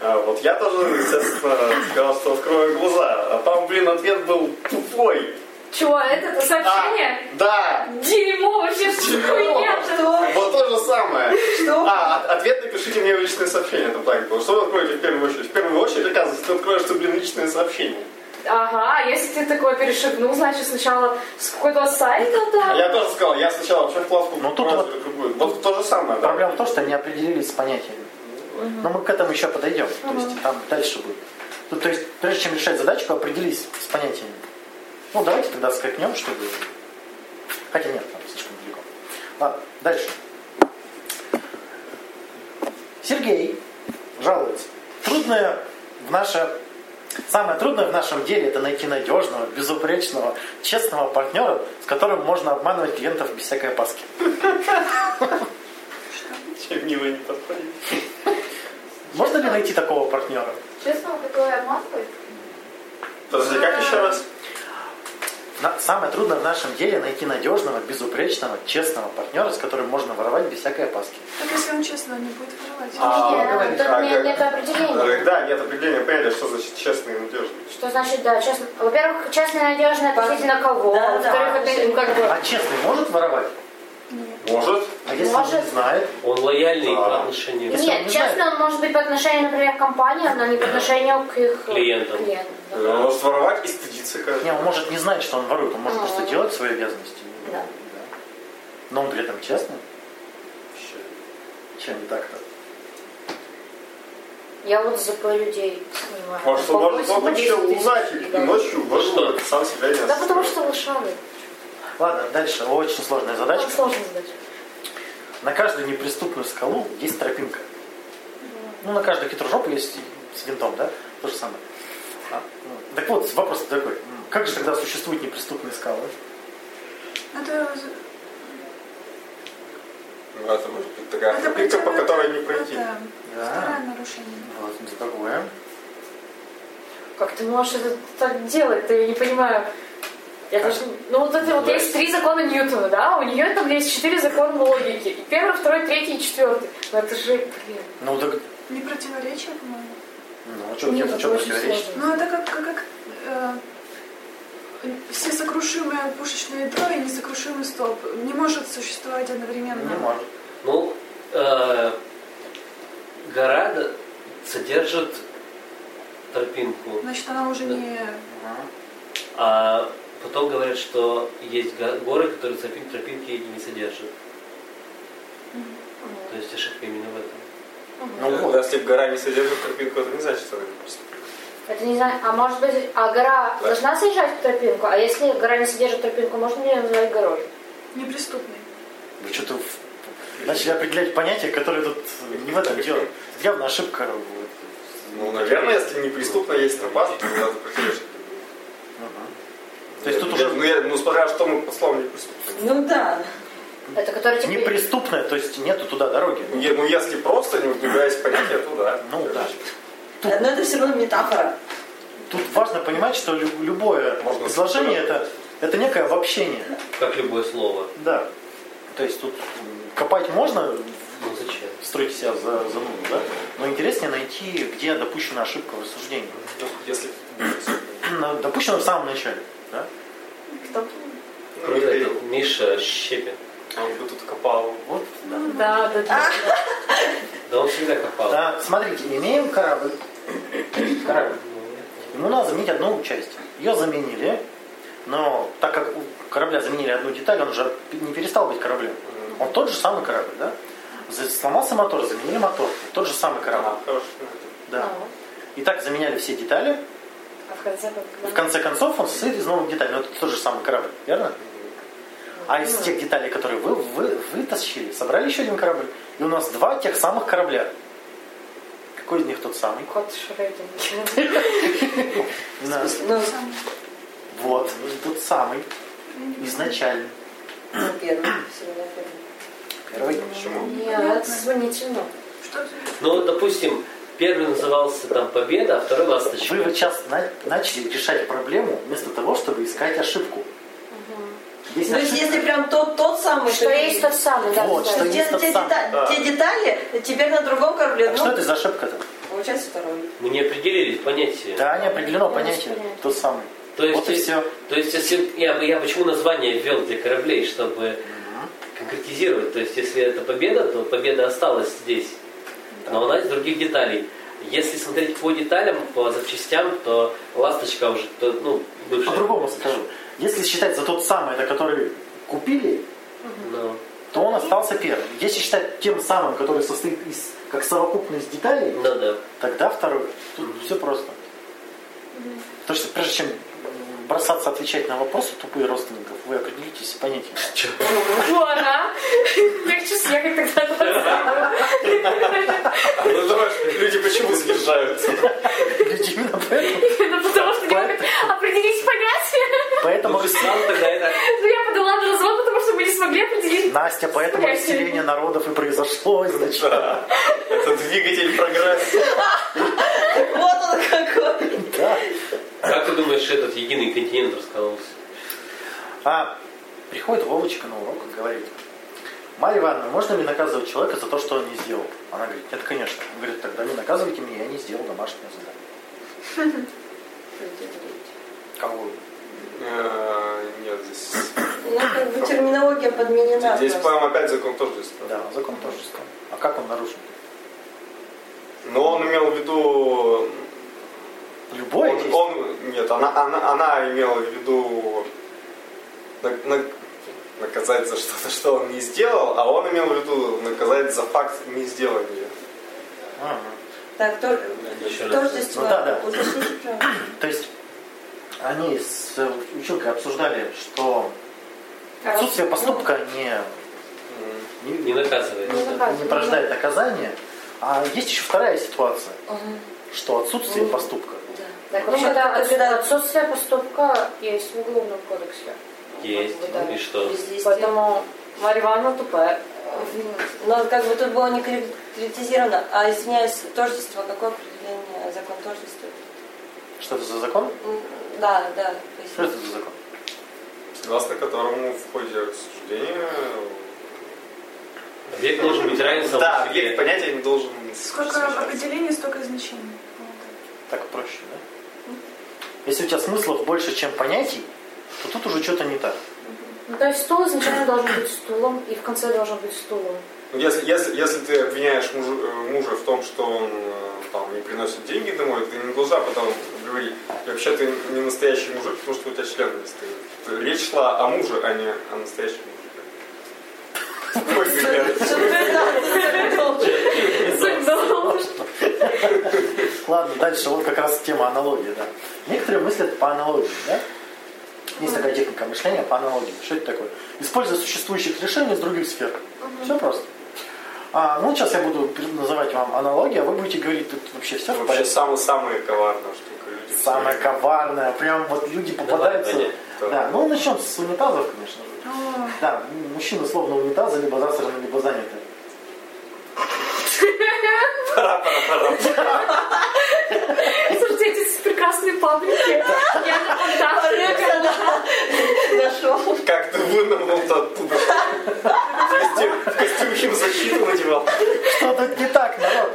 F: А, вот я тоже, естественно, сказал, что открою глаза. А там, блин, ответ был тупой. А,
E: Чего, это, это сообщение?
F: Да,
E: Дерьмо вообще, что хуйня
F: да. Вот то же самое.
D: Что?
F: А, от- ответ напишите мне в личное сообщение. Там так было. Что вы откроете в первую очередь? В первую очередь, оказывается, ты откроешь, что, блин, личное сообщение.
E: Ага, а если ты такое перешагнул, значит сначала с какого-то сайта там.
F: А Я тоже сказал, я сначала вообще вкладку
A: Ну, тут
F: брать
A: вот-
F: другую. Вот то же самое, да.
A: Проблема в том, что не определились с понятиями. Но мы к этому еще подойдем. То есть там дальше будет. Ну, то есть, прежде чем решать задачку, определись с понятиями. Ну, давайте тогда скакнем, чтобы... Хотя нет, там слишком далеко. Ладно, дальше. Сергей жалуется. Трудное в наше... Самое трудное в нашем деле это найти надежного, безупречного, честного партнера, с которым можно обманывать клиентов без всякой опаски.
F: Чем мило не подходит.
A: Можно ли найти такого партнера?
E: Честно, такое обманывает?
F: Подожди, как еще раз?
A: На- Самое трудное в нашем деле найти надежного, безупречного, честного партнера, с которым можно воровать без всякой опаски.
C: Так если он честно не будет воровать.
F: А,
E: Нет,
F: ну,
E: тут
F: а,
E: нет-
F: как-
E: нет определения.
F: Э, Да, нет определения, поняли, что значит честный и надежный.
E: Что значит, да, честно. Во-первых, честно и надежно относительно кого.
D: Да,
E: Во-вторых,
D: да.
E: это, ну, как бы...
A: А честный может воровать?
F: Может.
A: А если он
E: Может.
A: не знает?
B: Он лояльный
F: Да.
B: по отношению
A: Если он
E: Нет,
A: не
E: честно, он может быть по отношению, например, к компании, но не по отношению к их э,
B: Клиентам.
E: клиентам, да.
F: Э, Может воровать и стыдиться как.
A: Не, он может не знать, что он ворует, он может просто
E: Мгм.
A: делать свои обязанности.
E: Да.
A: Но он при этом честный.
F: Вообще.
A: Чем не так-то?
E: Я вот ЗП людей снимаю.
F: Может,
E: По
F: он может
E: 80
F: вообще
E: тысяч,
F: лузать и
E: да.
F: ночью ворует, сам себя не
E: Да потому
F: остановит.
E: что лошары.
A: Ладно, дальше. Очень сложная
E: Там
A: задача.
E: сложно задача.
A: На каждую неприступную скалу есть тропинка. Ну, на каждую хитрожопу есть с винтом, да? То же самое. А, ну, Так вот, вопрос такой. М, Как же тогда существуют неприступные скалы?
C: Это,
F: Ну, это может быть такая
C: это
F: тропинка, по
C: противно-
F: которой не пройти.
C: Это
A: Да.
C: второе нарушение.
A: Вот, за такое.
E: Как ты можешь это так делать? Ты не понимаю. Я даже... Ну вот это вот
B: Да.
E: есть три закона Ньютона, да? У нее там есть четыре закона логики. И первый, второй, третий и четвертый. Но это же, блин.
A: Ну, так
C: Не противоречие, по-моему.
A: Ну, а что,
E: Нет,
A: нет,
E: это
A: что
E: очень
A: противоречит?
E: сложно.
C: Ну, это как, как, как, э, все сокрушимое пушечное ядро и несокрушимый столб не может существовать одновременно.
A: Не может.
B: Ну, э, гора да- содержит тропинку,
C: Значит, она уже
B: Да.
C: не...
A: Мгм.
B: а потом говорят, что есть го- горы, которые тропин- тропинки не содержат. То есть ошибка именно в этом.
F: Ну вот, если бы гора не содержит тропинку, это не значит, что она не пустая.
E: Это не знаю, а может быть, а гора
F: Да.
E: должна съезжать в тропинку? А если гора не содержит тропинку, можно ли ее назвать горой?
C: неприступный.
A: Вы что-то в- начали определять понятия, которые тут не в этом дело. Тут Явно ошибка. вот.
F: Ну, наверное, если неприступно есть тропа, то тогда ты проходишь.
A: Мгм. То есть тут
F: Я-
A: уже-
F: Ну, я- ну, смотря что мы под словом неприступно.
D: Ну да.
E: Это которая типа...
A: Неприступная, то есть нету туда дороги.
F: Ну, е- ну, если просто, не углубляясь в понятие, то да.
A: Ну да.
D: Но это все равно метафора.
A: Тут важно понимать, что лю- любое
F: Можно
A: предложение это, это некое обобщение.
B: Как любое слово.
A: Да. То есть тут м, копать можно,
B: Ну зачем?
A: строить себя за, за нуль, да? Но интереснее найти, где допущена ошибка в рассуждении.
F: Ну, Если...
A: На- Допущена в самом начале. Да?
D: Кто?
F: Ну, Михаил,
B: Это Миша Щепин.
F: он бы тут копал.
A: Вот, да.
E: Да, да, да.
B: Да он всегда копал.
A: Да, смотрите, имеем корабль. Корабль.
B: Ну,
A: Ему надо заменить одну часть. Ее заменили, но так как у корабля заменили одну деталь, он уже не перестал быть кораблем. Он тот же самый корабль, да? За- Сломался мотор, заменили мотор. Тот же самый корабль.
F: А, хорошо.
A: Да. И так заменяли все детали.
E: А в конце как?
A: В конце концов он состоит из новых деталей. Но это тот же самый корабль, верно? А из тех деталей, которые вы, вы вытащили, собрали еще один корабль. И у нас два тех самых корабля. Какой из них тот самый?
E: Кот Шрёдингера.
A: Да.
D: Ну,
C: Сам.
A: Вот, Ну, тот самый. Изначально.
D: ну, первый. Всегда первый.
A: Первый.
F: Почему?
E: Нет, сомнительно.
C: Что за-
B: Ну вот, допустим, первый назывался там Победа, а второй Ласточка.
A: Вы вот сейчас на- начали решать проблему вместо того, чтобы искать ошибку. Есть
D: То есть
A: ошибка.
D: если прям тот, тот самый,
E: Что есть тот самый, да,
A: Вот,
E: кстати.
A: что
D: Те,
A: есть тот
D: те
A: самый.
D: детали,
F: Да.
D: те детали теперь на другом корабле.
A: Так
D: ну,
A: что это за ошибка-то?
D: получается второй.
B: Мы не определились понятие.
A: Да, не определено понятие.
E: понятно.
A: Тот самый.
B: То есть,
A: Вот и
B: э,
A: все.
B: То есть если я, бы- я почему название ввел для кораблей, чтобы конкретизировать. То есть если это победа, то победа осталась здесь. Но она из других деталей. Если смотреть по деталям, по запчастям, то ласточка уже, то, ну, бывшая.
A: По-другому скажу. Если считать за тот самый, это который купили,
B: Ну,
A: то он остался первым. Если считать тем самым, который состоит из как совокупность деталей,
B: ну да.
A: тогда второй. Тут все просто. Потому что прежде чем бросаться отвечать на вопросы тупые родственников, вы определитесь с понятием.
E: Вот, а? Легче съехать тогда.
F: Ну, давай, люди почему съезжаются?
A: Ведь Именно поэтому.
E: Ну, потому что не могут определить понятие.
A: Поэтому
B: Ну, ты сам тогда это...
E: Ну, я подала на развод, потому что мы не смогли определить.
A: Настя, поэтому
E: Скорее.
A: расселение народов и произошло изначально.
F: Это двигатель прогресса.
D: Вот он какой.
A: Да.
B: Как ты думаешь, этот единый континент раскололся?
A: А приходит Вовочка на урок и говорит, Марья Ивановна, можно ли наказывать человека за то, что он не сделал? Она говорит, нет, конечно. Он говорит, тогда не наказывайте меня, я не сделал домашнее задание. Кого?
F: Э, Нет, здесь...
D: Ну, как бы терминология подменена.
F: Здесь,
D: просто.
F: по-моему, опять закон тоже есть.
A: Да, закон тоже сказал. А как он нарушен?
F: Но он имел в виду...
A: Любое
F: он-
A: действие.
F: он- Нет, она, она, она имела в виду на- на- наказать за что-то, что он не сделал, а он имел в виду наказать за факт не сделания.
A: Мгм.
D: Так, тор...
B: Еще раз.
D: тождество.
A: Ну, да, да.
D: уточните, правда.
A: То есть они с э, училкой обсуждали, что
E: А,
A: отсутствие поступка не,
F: М.
A: не-
B: Не наказывает.
E: Не
B: да?
E: наказывает.
A: не порождает наказание. А есть еще вторая ситуация,
D: Мгм.
A: что отсутствие поступка.
E: Так, вообще, Ну, когда отсюда отсутствие поступка есть в уголовном кодексе.
B: Есть.
D: Да.
B: И что?
D: Бездействие.
E: Поэтому Марья Ивановна тупая.
D: Но как бы тут было не критизировано. А извиняюсь, тождество, какое определение? Закон тождества?
A: Что это за закон?
D: М, Да, да. то есть-
A: Что это за закон?
F: Согласно которому в ходе рассуждения...
B: Объект должен быть равен самому
F: Да,
B: себе.
F: объект понятия не должен...
C: Сколько
F: существовать.
C: определений, столько значений. Вот.
A: Так проще, да? Если у тебя смыслов больше, чем понятий, то тут уже что-то не так.
E: Ну, то есть стул изначально должен быть стулом, и в конце должен быть стулом.
F: Ну, Если, если, если ты обвиняешь мужа, э, мужа в том, что он э, там, не приносит деньги домой, ты не должна потом говорить, «И вообще ты не настоящий мужик, потому что у тебя член не стоит. Т- Речь шла о муже, а не о настоящем мужике. Ой, ребята.
A: Ладно, дальше вот как раз тема аналогии, да. Некоторые мыслят по аналогии, да? Есть такая техника мышления по аналогии. Что это такое? Используя существующих решений из других сфер. Все просто. А, ну, сейчас я буду пер- называть вам аналогии, а вы будете говорить, тут вообще все в
F: Вообще
A: порядке.
F: самая-самая коварная штука. Люди все
A: Самое
F: время-
A: коварное, прям вот люди попадаются.
B: Давай,
F: Ваня.
A: да, ну начнем с унитазов, конечно же.
C: О,
A: Да, м, мужчина словно унитаза, либо засраны, либо заняты.
E: Слушайте, эти прекрасные паблики. Я на фантазии.
D: Нашел.
F: Как ты вынырнул-то оттуда? В костю- В костюм химзащиту надевал.
A: Что тут не так, народ?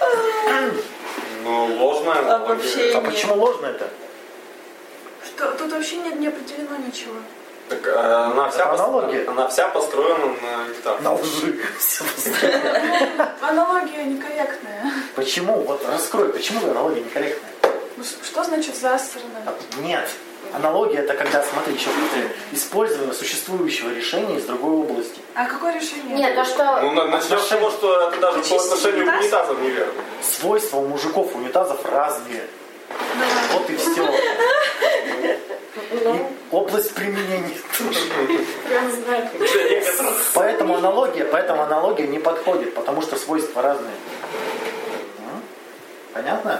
A: А
F: Ну, ложная аналогия.
D: Обобщение.
A: А почему ложно это?
C: что- тут вообще не, не определено ничего.
F: Так, э, она, вся
A: Это
F: пос-
A: аналогия?
F: она вся построена на метафоре.
A: На лжи.
C: Аналогия некорректная.
A: Почему? Вот раскрой, почему аналогия некорректная?
C: Ну, ш- Что значит засрано?
A: Нет. Аналогия это когда, смотри, еще повторяю, использование существующего решения из другой области.
C: А какое решение?
E: Нет, то
F: Ну,
E: что...
F: на- начнем с того, что это даже по
C: Чистить
F: отношению к
C: унитаз?
F: унитазам неверно.
A: Свойства у мужиков унитазов разные. Вот и все. И
E: Ну,
A: область применения тоже.
E: я не знаю.
F: Для некоторых.
A: Поэтому аналогия, поэтому аналогия не подходит, потому что свойства разные. М? Понятно?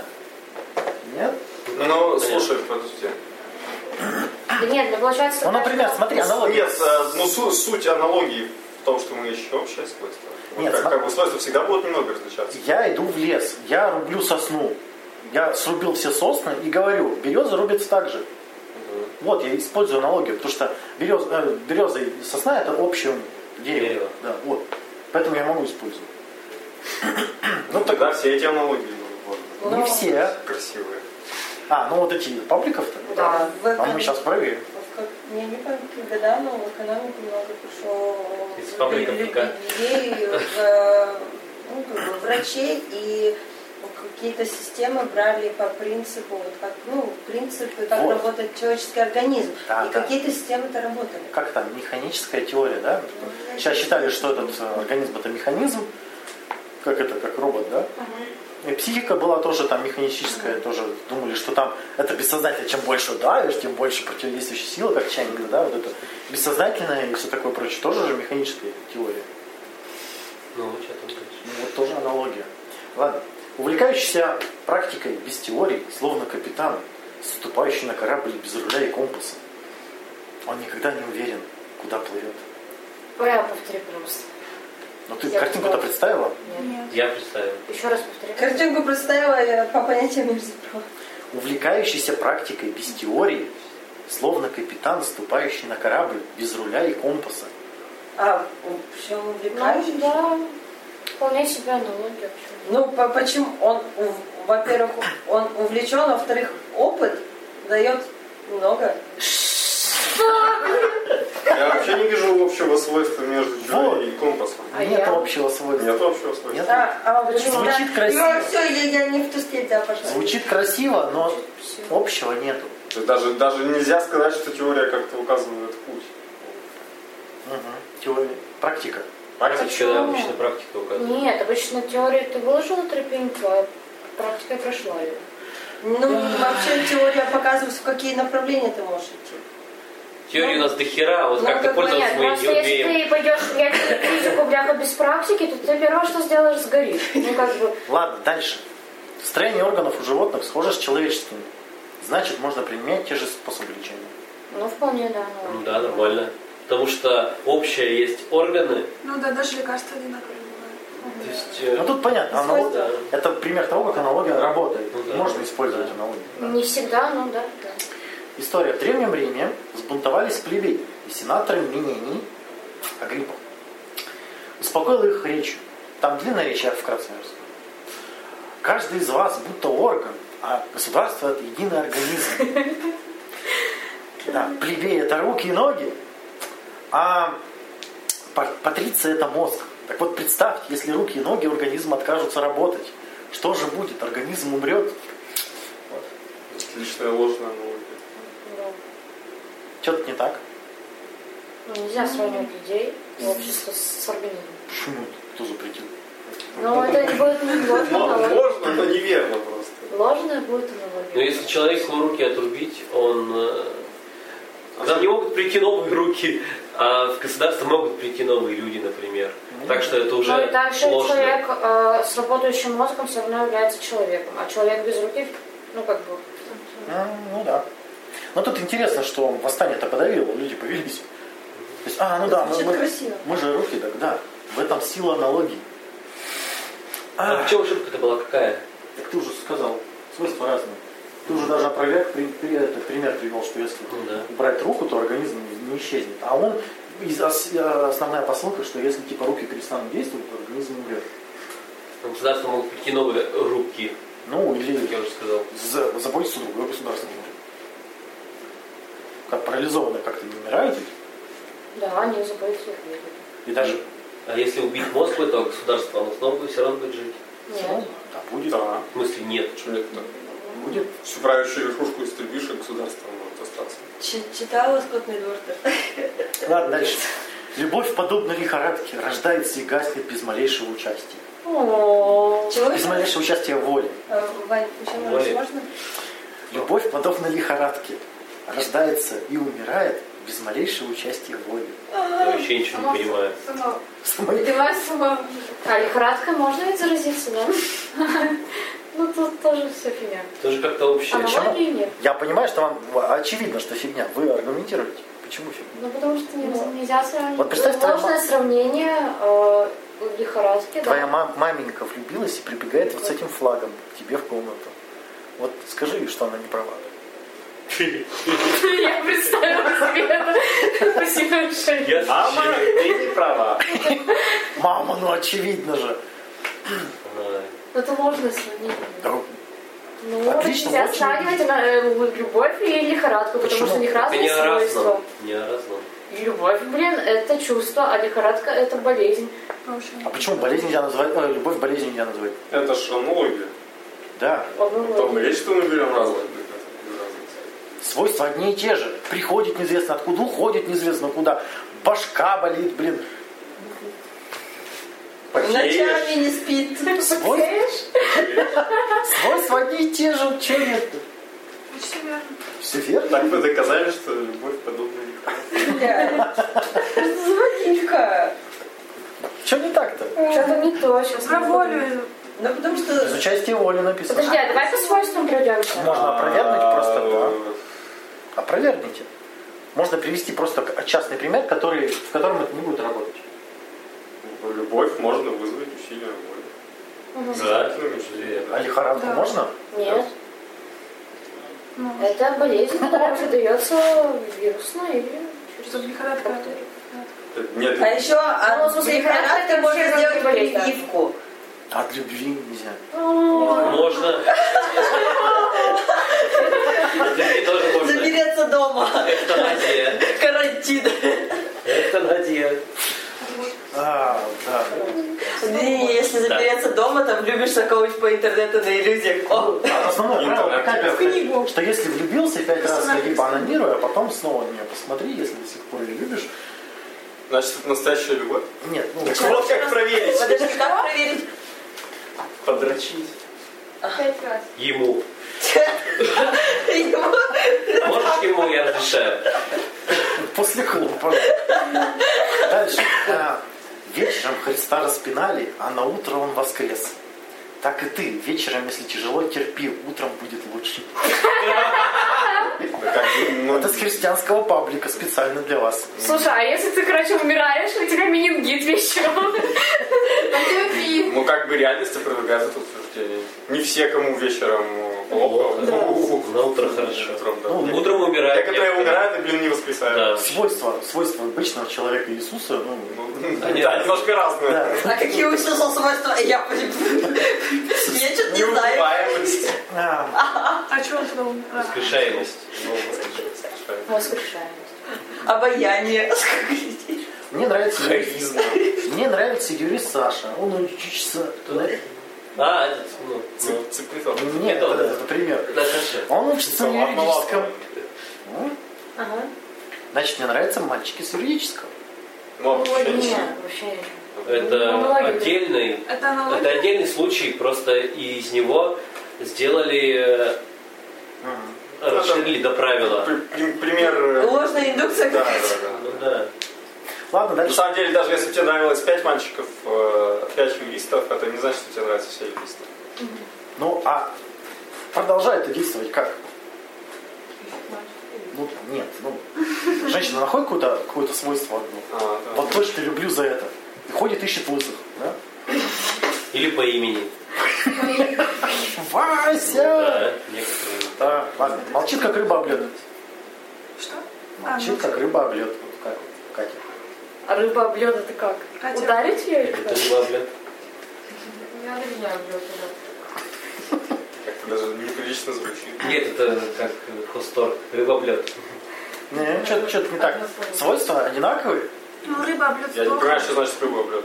A: Нет?
F: Ну, слушай, подожди.
E: Да Нет, ну получается...
A: Ну, например,
E: что-
A: смотри, аналогия.
F: Нет, э, ну су- суть аналогии в том, что мы ищем общее свойство. Вот
A: Нет,
F: как,
A: см-
F: как бы свойства всегда будут немного различаться.
A: Я иду в лес, я рублю сосну. Я срубил все сосны и говорю, береза рубится так же. Вот, я использую аналогию, потому что берез, э, береза и сосна это общее дерево.
B: Дерево.
A: Да, вот. Поэтому я могу использовать.
F: Ну, тогда все эти аналогии ну, вот,
A: Не
D: Ну.
A: все.
F: красивые.
A: А, ну вот эти пабликов-то?
D: Да.
A: А мы сейчас проверим.
D: В как- Не, не по годам, но в экономику много пришло
B: Из фабрика
D: лю-
B: ПК.
D: людей, в, э, ну, как бы врачей и какие-то системы брали по принципу, вот как, ну, принципы, как
A: Вот.
D: работает человеческий организм.
A: Да,
D: и
A: да.
D: какие-то системы-то работали.
A: Как там, механическая теория, да? Сейчас считали, что этот э, организм это механизм, как это, как робот, да? И психика была тоже там механистическая, тоже думали, что там это бессознательно, чем больше давишь, тем больше противодействующей силы, как чайник, да, вот это бессознательное и все такое прочее, тоже же механическая теория.
B: Ну, что там дальше?
A: Ну, вот тоже аналогия. Ладно. Увлекающийся практикой без теорий, словно капитан, ступающий на корабль без руля и компаса. Он никогда не уверен, куда плывет.
E: Прям а повтори, пожалуйста.
A: Но Ну, ты
E: Я
A: картинку-то
E: поняла.
A: представила?
E: Нет.
C: Нет.
B: Я представил.
E: Еще раз повтори.
D: Картинку представила я по понятиям Мерзеброва.
A: Увлекающийся практикой без теорий, словно капитан, ступающий на корабль без руля и компаса.
D: А, все увлекающий.
E: Ну, да. Вполне себе аналогия. почему
D: Ну, по- почему? Он, ув- во-первых, он увлечен, а во-вторых, опыт дает много.
F: Я вообще не вижу общего свойства между
A: Вот.
F: чужой и компасом.
E: А
A: Нет
E: я?
A: общего свойства.
F: Нет общего свойства.
A: Нет.
D: Да, а вот
A: Звучит
D: да,
A: красиво.
D: Ну, все, я, я не в ту степь, да, пошла.
A: Звучит красиво, но общего нету.
F: То есть Даже, даже нельзя сказать, что теория как-то указывает путь.
A: Мгм. Теория. Практика.
F: Практика.
B: Вообще, обычно практика указывает.
E: Нет, обычно теорию ты выложила тропинку, а практика прошла ее.
D: Ну, вообще теория показывает, в какие направления ты можешь идти.
B: Теории у нас до хера, вот
D: Ну,
B: как ты
D: как бы
B: пользоваться
E: Нет,
B: мы не
E: просто если
B: умеем.
E: ты пойдешь я физику, бляха, без практики, то ты первое, что сделаешь, сгоришь. Ну, как бы,
A: Ладно, дальше. Строение органов у животных схоже с человеческими. Значит, можно применять те же способы лечения.
E: ну, вполне, да.
B: Ну да, нормально. Потому что общее есть органы,
C: Ну да, даже лекарства одинаковые бывают.
B: то есть...
A: Ну
B: э,
A: тут понятно,
D: Свойства.
A: аналог-
B: да.
A: это пример того, как аналогия работает.
B: Ну да.
A: Можно использовать
B: Да.
A: аналогию.
E: Не всегда, ну да. да.
A: История. В Древнем Риме сбунтовались плебеи и сенаторы Минений Агриппа. Успокоил их речью. Там длинная речь, я вкратце расскажу. Каждый из вас будто орган, а государство это единый организм. Да, плебей это руки и ноги, а па- патриция это мозг. Так вот представьте, если руки и ноги у организма откажутся работать, что же будет? Организм умрет.
F: Отличная ложная аналогия.
E: Ну,
A: Что-то не так.
E: ну, нельзя сравнивать людей и общество с, с организмом.
A: Почему? Кто запретил?
B: Ну,
E: Но это будет не ложная
F: Мо-
E: аналогия.
F: Можно, но неверно просто.
E: Ложная будет
B: Но
E: аналогия.
B: Ну, если человеку руки отрубить, он... э, К нам не могут прийти новые руки, а в государство могут прийти новые люди, например. Так что это уже
E: Но и также
B: ложно.
E: ну, человек э, с работающим мозгом все равно является человеком, а человек без руки, ну как бы,
A: М, Ну да. Но тут интересно, что восстание-то подавило, люди повелись. То есть, а, ну да, мы,
D: Звучит
A: мы-
D: красиво.
A: мы же руки тогда. В этом сила аналогии.
B: А
A: А,
B: в чем ошибка-то была какая?
A: так ты уже сказал, свойства разные. Ты уже даже опроверг, при- при- это, пример привел, что если
B: Ну да.
A: убрать руку, то организм не исчезнет. А он, из- ос- э, основная посылка, что если типа руки перестанут действовать, то организм умрет.
B: В государство могут прийти новые руки,
A: Ну,
B: как
A: или
B: я уже сказал.
A: за- заботится другое государство. может. Как парализованное как-то не умираете,
E: да, не забыть их видеть.
A: и даже
B: А если убить мозг у этого государства, оно снова будет все равно будет жить.
E: Нет.
A: Да, будет.
F: Да.
B: В смысле, нет.
F: Почему нет?
A: Будет.
F: Всю правящую верхушку истребишь, и государство может остаться.
D: Чи- Читала «Скотный двор»-то.
A: Ладно, дальше. Любовь подобно лихорадке рождается и гаснет без малейшего участия.
E: О,
D: Чего?
A: Без малейшего участия воли.
D: Э, Вань, еще раз
B: Валя.
D: можно?
A: Любовь подобно лихорадке рождается и умирает без малейшего участия воли.
B: Я вообще ничего не понимаю.
A: Ну,
C: Сама.
A: Смотри,
C: Давай сама.
E: а лихорадкой можно ведь заразиться, да? Ну тут тоже все фигня.
B: Тоже как-то
E: А
B: общее.
A: Почему?
E: Аналогии нет.
A: Я понимаю, что вам очевидно, что фигня. Вы аргументируете. Почему фигня?
E: Ну потому что не- нельзя сравнить.
A: Вот представь, твоя
E: Ложное сравнение э, лихорадки,
A: Твоя
E: да.
A: мам- маменька влюбилась и прибегает вот с этим флагом к тебе в комнату. Вот скажи ей, что она не права.
E: Я представила себе это. Спасибо большое.
B: Я
F: Мама,
B: вообще-
F: ты не права.
A: Мама, ну очевидно же.
B: Ай.
E: Но это ложное сравнение.
A: Да,
E: Ну,
A: Отлично,
E: нельзя
A: очень
E: сравнивать на- э, любовь и лихорадку,
A: Почему?
E: потому что у них
B: Это не
E: разные
B: о
E: А свойства.
B: разном. Не о разном.
E: Любовь, блин, это чувство, а лихорадка это болезнь.
C: Повышение.
A: А почему болезнь нельзя назвать? э, любовь болезнью нельзя назвать.
F: Это ж ну, аналогия.
A: Да.
F: Там
E: Одно
F: речь, что мы берем разные.
A: Свойства одни и те же. Приходит неизвестно откуда, уходит неизвестно куда. Башка болит, блин.
F: Похеешь.
D: Ночами не спит.
A: Свой- Свойства одни и те же. Че нет?
C: Почти верно.
A: Все верно.
F: Так мы доказали, что любовь подобна лихорадке.
D: Бля, Что за водичка?
A: Че не так-то?
E: Что-то не то сейчас.
C: Про волю.
D: Ну, потому
A: Без
D: что...
A: участия воли написано.
E: Подожди, а давай по свойствам пройдемся.
A: Можно опровергнуть просто, да.
F: А,
A: Опровергните. Можно привести просто к- частный пример, который, в котором это не будет работать.
F: ну, Любовь можно вызвать усилием воли.
B: Да, это верно.
A: А лихорадку
C: Да.
A: можно?
E: Нет,
C: Ну,
E: это болезнь, которая передается вирусно или
C: чтобы
E: через
C: лихорадка.
E: бактерии.
F: Нет,
D: А еще
E: Ну, в
D: от
E: смысле, лихорадка
D: лихорадки
E: это
D: можно
E: вообще
D: сделать
E: болезнь, да.
D: прививку.
A: От любви нельзя.
E: ну,
B: Можно. Тебе тоже можно.
D: Забереться дома.
B: Эвтаназия.
D: Карантин.
B: Эвтаназия.
A: А, да.
D: И если запереться дома, там влюбишься кого-нибудь по интернету на иллюзиях. О,
A: А Основное правило
F: Интернет.
A: какая
D: Книгу.
A: Что если влюбился пять раз,
C: Персонаж.
A: либо анонируй, а потом снова на нее посмотри, если до сих пор ее любишь.
F: Значит, это настоящая любовь?
A: Нет, ну,
F: Так вот как проверить.
D: подожди, как проверить?
F: Подрочить.
C: Пять раз.
B: Ему.
D: Его?
B: Можешь ему, я разрешаю.
A: после клуба. Дальше. А, Вечером Христа распинали, а на утро он воскрес. Так и ты. Вечером, если тяжело, терпи, утром будет лучше.
F: Ну, как бы, ну,
A: Это с христианского паблика специально для вас.
E: Слушай, а если ты, короче, умираешь, у тебя менингит вечером?
C: Терпи.
F: ну, как бы реальность опровергает это утверждение. Не все, кому вечером э, плохо.
B: Да.
F: у-у-у.
B: На утро хорошо.
F: Утром, да.
A: Ну,
B: Утром
F: Те,
B: умирает.
F: которые
B: некоторые.
F: умирают, и, блин, не воскресают.
B: Да.
A: Свойства, свойства обычного человека Иисуса, ну,
F: Ну,
B: Они-
F: Да, немножко разные.
A: да.
D: А какие у Иисуса свойства? Я Я что-то не знаю.
F: Неубиваемость.
A: А,
C: А чего он туда умер? А.
B: Воскрешаемость.
F: Ну, воскрешаем.
E: Восхищаюсь.
D: Обаяние, как говорите.
A: Мне нравится,
B: Харизма.
A: мне нравится юрист Саша. Он учится...
B: А, этот, ну, ну.
F: Цип- Цыплитон.
A: Нет,
B: Это
A: это,
B: да.
A: это пример.
B: Да, хорошо.
A: Он учится на
F: Ладно,
A: юридическом.
F: ладно.
A: Ну,
E: Ага.
A: Значит, мне нравятся мальчики с юридического.
F: Ну,
E: Ой,
F: вообще ничего.
E: нет, вообще нет.
B: Это
E: Аналогия.
B: отдельный,
C: Это
B: это
C: аналогия?
B: отдельный случай, просто и из него сделали, э, расширили до правила.
F: А. При- при- Пример... э,
D: Ложная индукция
F: Да,
D: какая-то.
F: да,
B: Ну да.
A: Ладно,
F: да. На
A: дальше.
F: самом деле, даже если тебе нравилось 5 мальчиков, 5 юристов, это не значит, что тебе нравятся все юристы.
A: Ну, а продолжает это действовать как? Ну, нет, ну, женщина находит какое-то, какое-то свойство одно.
F: А, да.
A: Вот точно люблю за это. И ходит, ищет лысых. Да?
B: Или по имени.
A: Вася!
B: Да, некоторые.
A: Да, ладно. Молчит, как рыба облет.
C: Что? А, ну,
A: Молчит, как рыба облет. Вот Как у Кати.
E: А рыба облет это как?
C: Катя.
E: Ударить ее или
B: Это
E: как?
B: не ловля.
E: Надо меня облет.
F: Как-то даже неприлично звучит.
B: Нет, это как э, хостор, рыбоблет.
A: Не, что-то не так. Свойства одинаковые.
C: ну, рыба облет
F: Я не
C: плохо.
F: понимаю, что значит любой облет.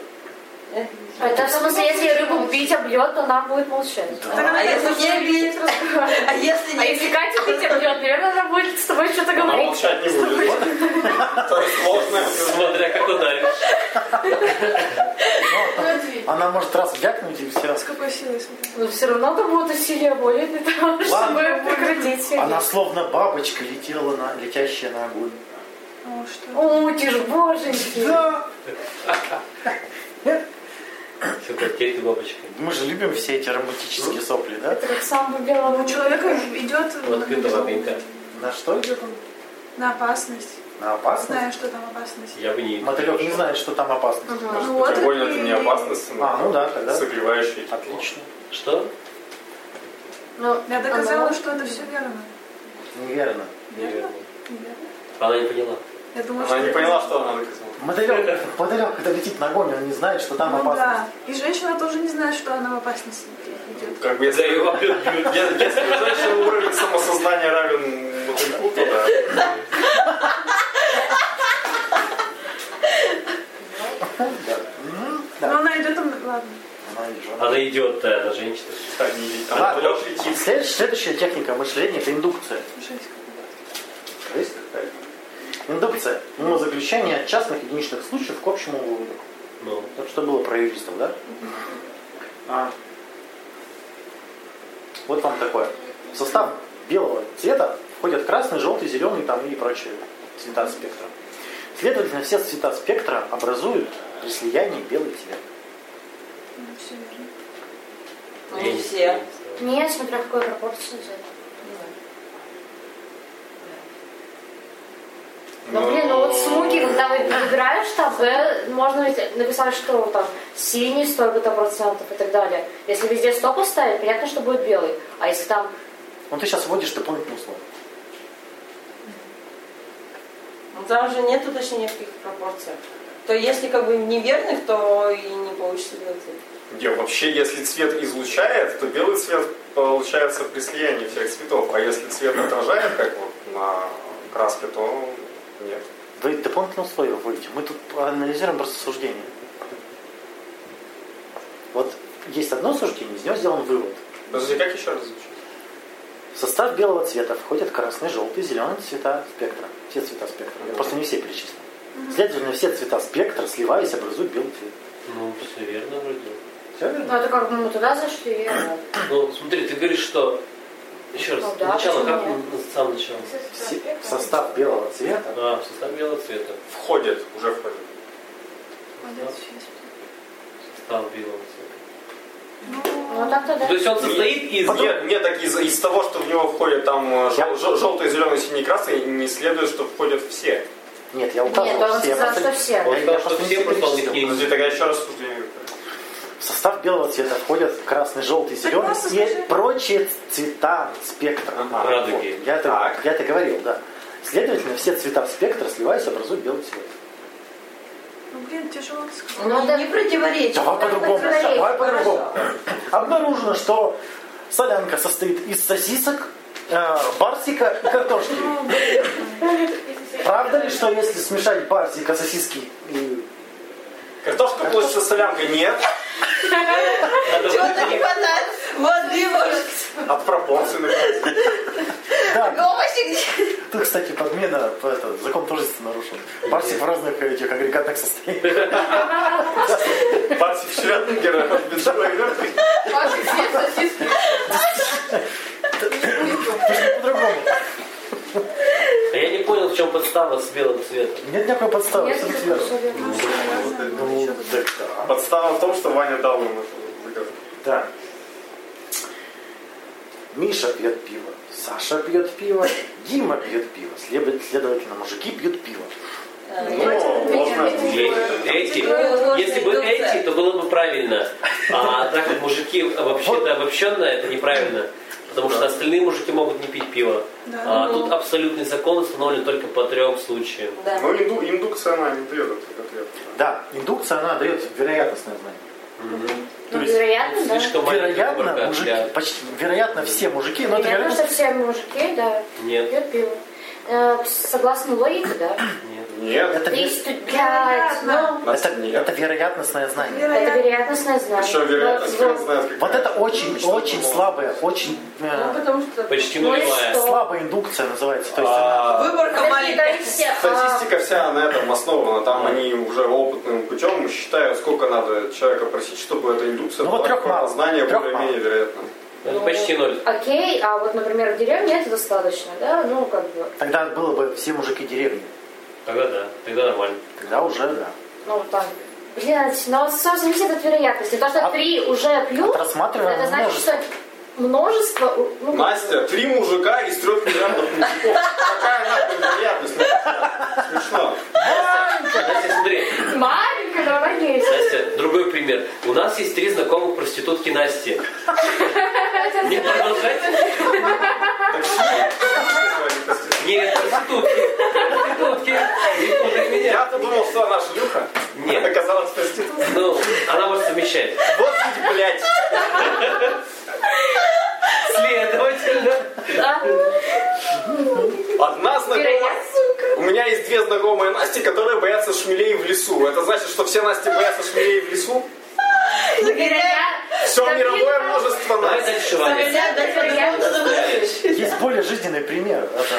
E: Это в смысле, если рыбу бить облет, то она будет молчать.
A: Да.
D: А если не
E: бить,
D: А если
E: А если
D: не...
E: Катя бить облет, наверное, она будет с тобой что-то
F: Она
E: говорить.
F: молчать не будет. Это сложное
B: Смотря как ударишь.
A: Она может раз вякнуть и все.
C: С какой силой смотрю?
E: Но все равно там будут усилия воли для того, чтобы прекратить.
A: Она словно бабочка летела на летящая на огонь.
C: О, Ну, что?
E: О, ты ж боженьки.
A: Да.
B: Все, как теперь ты бабочка.
A: Мы же любим все эти романтические сопли, да?
E: Как сам бы
A: Ну,
E: белого
C: У человека идет
B: Вот открытого обвинка.
A: На что идет он?
C: на опасность.
A: На опасность?
C: Знаю, что там опасность.
B: Я бы не...
A: Мотылек не знает, что там опасность.
C: Ну
F: Может,
C: вот
F: это больно,
C: и-
F: это не опасность,
A: А, ну да, тогда.
F: согревающий.
A: Отлично.
B: Что?
E: Ну,
C: Я доказала, что это все верно.
A: Неверно.
B: Неверно.
C: Верно?
B: Она не поняла.
C: Я думаю,
F: Она
C: что...
F: не поняла, что она доказала.
A: Мотылек, мотылек, когда летит на огонь, он не знает, что там
C: Ну
A: опасность.
C: да. И женщина тоже не знает, что она в опасности идет.
F: Как бы если,
B: Да, и вообще,
F: е- если у женщины уровень самосознания равен мотыльку, то да.
A: Да. М,
C: Но
A: Да.
C: она идет, там- ладно.
A: Она и жена.
B: Она идет, да, она женщина.
F: Они- А
A: Ладно.
F: мотылёк летит.
A: След- Следующая техника мышления – это индукция.
C: Жесть какая.
A: То есть Индукция. Ну, заключение от частных единичных случаев к общему выводу.
B: Ну,
A: Вот что было про юристов, да? А. Вот вам такое. В состав белого цвета входят красный, желтый, зеленый там и прочие цвета спектра. Следовательно, все цвета спектра образуют при слиянии белый цвет.
C: Ну, все верно.
B: я
D: Не Ну, все.
B: знаю.
E: Нет, смотря какую пропорцию взять. Ну, блин, ну вот смуги, когда вы выбираешь там, да, можно ведь написать, что там синий столько-то процентов и так далее. Если везде 100 поставить, понятно, что будет белый. А если там
A: Ну, ты сейчас вводишь дополнительные условия.
D: Ну, Там же нет уточнения в каких пропорциях. То если как бы неверных, то и не получится белый цвет.
F: Не, вообще, если цвет излучает, то белый цвет получается при слиянии всех цветов. А если цвет отражает, как вот на краске, то нет.
A: Вы дополнительные условия вводите. Мы тут анализируем просто суждение. Вот есть одно суждение, из него сделан вывод.
F: Подожди, как еще раз звучит?
A: В состав белого цвета входят красный, желтый, зеленый цвета спектра. Все цвета спектра. Я просто не все перечислил. Следовательно, все цвета спектра, сливаясь, образуют белый цвет.
B: Ну, все верно вроде.
A: Все верно?
E: Ну, это как бы мы туда зашли. а,
B: Ну, смотри, ты говоришь, что... Еще раз,
E: Ну да,
B: начало,
E: почему
B: как
E: нет?
B: с самого начала?
A: Все- в состав белого цвета
B: А, в состав белого цвета.
F: Входит, уже входит.
C: Молодец, сейчас.
B: Состав белого цвета.
E: Ну так-то да.
B: То есть он состоит из...
F: Нет, нет, так из, из того, что в него входит там э,
A: Я-
F: жел- жел- желтый, зеленый, синий, красный, не следует, что входят все.
A: Нет, я
E: Нет,
A: указывал
E: он
A: все. я
E: сказал,
A: просто-
E: что все.
A: Я-
B: Он
A: я
B: сказал, что
A: просто не
B: все просто он их не...
F: Подожди, тогда еще раз суждение.
A: В состав белого цвета входят красный, желтый,
C: Так
A: зеленый
C: просто
A: и
C: скажи.
A: прочие цвета спектра.
F: Ага.
B: Радуги.
A: Вот, я, это,
F: Так.
A: я это говорил, да. Следовательно, все цвета спектра, сливаясь, образуют белый цвет.
C: Ну, блин, тяжело сказать.
E: Ну,
D: не,
E: да.
D: не противоречит.
A: Давай по-другому.
E: говори.
A: Давай
D: Хорошо.
A: по-другому. Обнаружено, что солянка состоит из сосисок, э, барсика и картошки. Правда ли, что если смешать барсика, сосиски э, и...
F: Картошка получится солянкой? Нет.
D: Чего-то не хватает. Воды, может,
F: От пропорций, например.
A: Да,
D: овощи где
A: тут, кстати, подмена, это, закон тождества нарушен. Барсик в разных э, этих агрегатных состояниях.
F: Барсик Шрёдингера, бензовой верткой.
G: Ваши все сосиски.
A: По-другому.
B: А я не понял, в чем подстава с белым цветом.
A: Нет никакой подставы,
E: Нет,
A: все
E: это
A: верно.
E: всё
C: Ну,
E: верно.
A: Ну, так, да.
F: Подстава в том, что Ваня дал им эту загадку.
A: Да. Миша пьет пиво, Саша пьет пиво, Дима пьет пиво, След- следовательно, мужики пьют пиво.
F: Ну, ложная
B: Эти, эти. если бы эти, то было бы правильно. А так как мужики вообще-то обобщенно, это неправильно. Потому что остальные мужики могут не пить пиво. А
E: ну.
B: тут абсолютный закон установлен только по трем случаям.
D: Да.
F: Ну, инду- индукция, она не дает этот ответ.
A: Да, индукция, она дает вероятностное знание.
E: Ну, вероятно, да.
B: Слишком маленький выбор,
A: Вероятно,
B: как
A: мужики,
B: для-
A: почти, вероятно, все мужики, но Ну, это
E: Вероятно,
A: вероятность.
E: что все мужики, да,
B: Нет,
E: пьют пиво. Э, Согласно логике, да.
B: нет.
F: Нет.
A: Это, ве-
E: Три ступять, ну,
A: это, это вероятностное знание.
E: это
C: Вероятно.
E: вероятностное знание.
F: Еще вероятность,
E: Вот,
F: хрен знает, какая.
A: Вот это очень,
F: Что
A: очень
F: такого?
A: слабая, очень
G: Ну,
C: а.
A: э,
G: потому что...
B: Почти
E: Ну и
B: нулевая.
E: что?
A: слабая индукция называется. То есть она-
F: А,
D: Выборка
E: Подожди, да,
D: маленькая.
E: и все. А,
F: Статистика вся на этом основана. Там они уже опытным путем считают, сколько надо человека просить, чтобы эта индукция
A: Ну, вот
F: была
A: трех
F: какое-то
A: мало.
F: знание
A: Трех
F: более-менее вероятно.
B: Это Ну, почти ноль.
E: Окей, а вот, например, в деревне это достаточно, да? Ну, как бы,
A: Тогда было бы все мужики деревни.
B: Тогда да, тогда нормально.
A: Тогда уже, да.
E: ну, там, блядь, но все зависит от вероятности. То, что
A: От-
E: три уже
A: от
E: пьют,
A: рассматриваемого
E: это значит, что множество... ну, как бы,
F: Настя, три мужика из трех миллиардов мужиков. Какая нахуй вероятность? Ну, Смешно.
B: Настя, смотри,
E: Маленькая, но она есть.
B: Настя, другой пример. У нас есть три знакомых проститутки Насти. Не продолжайте.
F: Смешно.
B: Нет, проститутки. Проститутки. Не путай меня.
F: Я-то думал, что она шлюха.
B: Нет.
F: Оказалось, проститутка.
B: Ну, она может совмещать.
F: Вот ведь, блядь.
B: Следовательно.
E: Да?
F: Одна знакомая. У меня есть две знакомые Насти, которые боятся шмелей в лесу. Это значит, что все Насти боятся шмелей в лесу? Все
E: Да,
F: мировое
E: блин,
F: множество
B: Давай
F: Насти.
B: дальше, Ваня.
A: Есть более жизненный пример. Это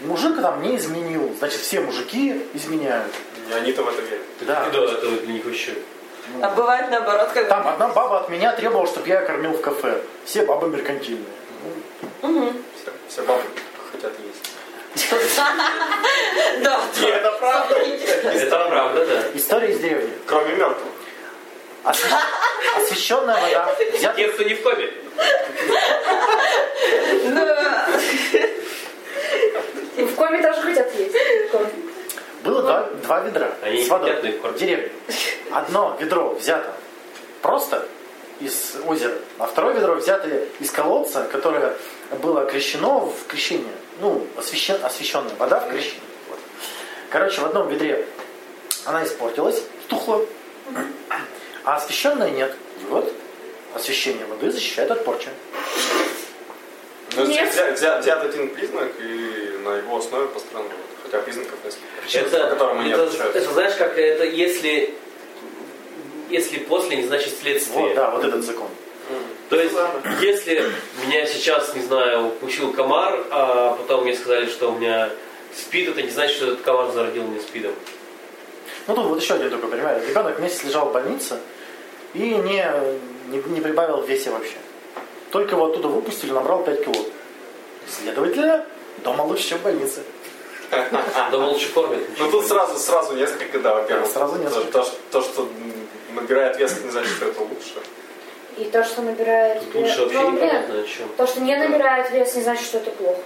A: мужик там не изменил. Значит, все мужики изменяют.
F: Они-то в это верят.
A: Да.
B: И до этого для них еще.
D: А бывает наоборот, как
A: Там одна баба от меня требовала, чтобы я ее кормил в кафе. Все бабы меркантильные.
F: Все, все бабы хотят есть.
D: Да.
F: И это правда.
B: Это правда, да.
A: История из деревни.
F: Кроме мертвых.
A: Освещ- Освещенная вода. Взятый
B: Тех, кто не в коме.
D: Ну,
E: И в коме тоже хотят есть. В коме.
A: Было два, два ведра
B: Они
A: с водой
B: едят, но их кормят.
A: в деревне. Одно ведро взято просто из озера, а второе ведро взято из колодца, которое было крещено в крещение. Ну, освещен, освещенная вода в крещении. Вот. Короче, в одном ведре она испортилась, тухла, а освещенная нет. И вот освещение воды защищает от порчи.
F: Ну,
E: Нет.
F: взя- взя- взят один признак и на его основе построен вывод. Хотя признаков несколько.
B: Это,
F: По которым они
B: это-
F: отличаются.
B: это знаешь, как это если если после не значит следствие.
A: Вот, да, вот этот закон.
B: То есть, если меня сейчас, не знаю, укусил комар, а потом мне сказали, что у меня спид, это не значит, что этот комар зародил меня спидом.
A: Ну тут вот еще один такой пример. Ребенок месяц лежал в больнице и не, не, не прибавил в весе вообще. Только его оттуда выпустили, набрал 5 кило. Следовательно, дома лучше, чем в больнице.
B: Да молча кормят. ничего
F: А. Ну тут
B: не
F: сразу, сразу несколько, да, во-первых.
A: Да, сразу несколько.
F: То, что- то, что м, набирает вес, это не значит, что это лучше.
E: И то, что набирает...
B: Тут лучше
E: вес-
B: вообще
E: Ну, блин,
B: непонятно о чем.
E: То, что не набирает вес, не значит, что это плохо.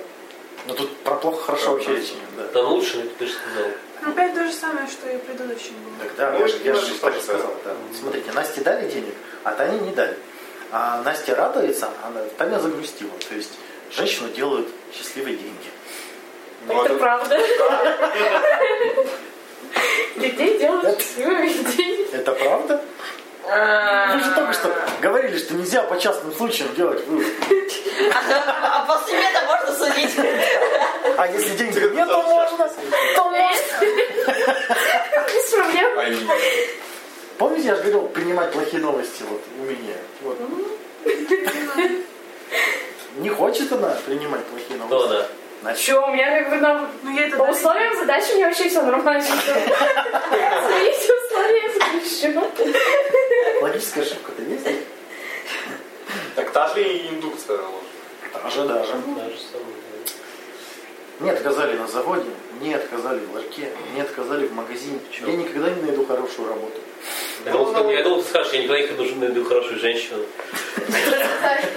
A: Но Ну, тут про плохо хорошо вообще речи нет. Да.
B: Там лучше, но ты же сказал.
C: Опять то же самое, что и в предыдущем было.
A: Так, да,
F: Ну,
A: я же, я
F: ну,
A: же
F: что
A: так
F: же
A: и сказал.
F: сказать.
A: да. Смотрите, Насте дали денег, а Тане не дали. А Настя радуется, а Таня загрустила. То есть женщину делают счастливые деньги.
F: Ну, это-
E: правда. Людей делают счастливыми людей.
A: Это правда? Вы же только что говорили, что нельзя по частным случаям делать вывод.
D: А после этого можно
A: А если денег нет, то можно.
E: То можно. Без проблем.
F: А и-
A: Помните, я же говорил, принимать плохие новости вот у меня. Вот. Не хочет она принимать плохие
B: Кто
A: новости.
B: она?
A: Значит,
E: Че, у меня как бы на...
C: Ну, я это
E: По
C: даже-
E: условиям задачи у меня вообще все нормально. Свои условия запрещено.
A: логическая ошибка-то есть?
F: Так та же и индукция ложная.
A: Даже, даже.
B: Та же самая, да.
A: Мне отказали на заводе, мне отказали в ларьке, мне отказали в магазине.
B: Чё?
A: Я никогда не найду хорошую работу.
B: Я думал, ты- я думал, ты скажешь, я никогда не хочу найду хорошую женщину.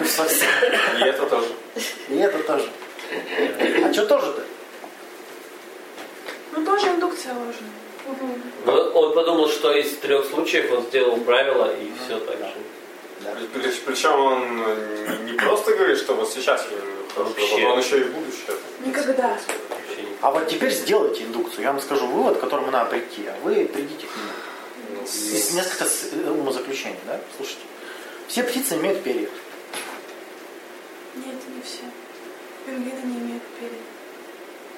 A: Совсем.
F: И это тоже.
A: И это тоже. А что тоже-то?
C: Ну, тоже индукция ложная.
B: Но он подумал, что из трех случаев он сделал правила и
F: Ну,
B: все так же.
F: Причем он э, не просто говорит, что вот сейчас я имею хорошую
B: Вообще.
F: работу, он еще и в будущее.
C: Никогда.
B: Вообще не-
A: А вот теперь сделайте индукцию. Я вам скажу вывод, к которому надо прийти, а вы придите к нему.
B: Ну,
A: Из несколько с- э, умозаключений, да? Слушайте. Все птицы имеют перья.
C: Нет, не все. Пингвины не имеют перьев.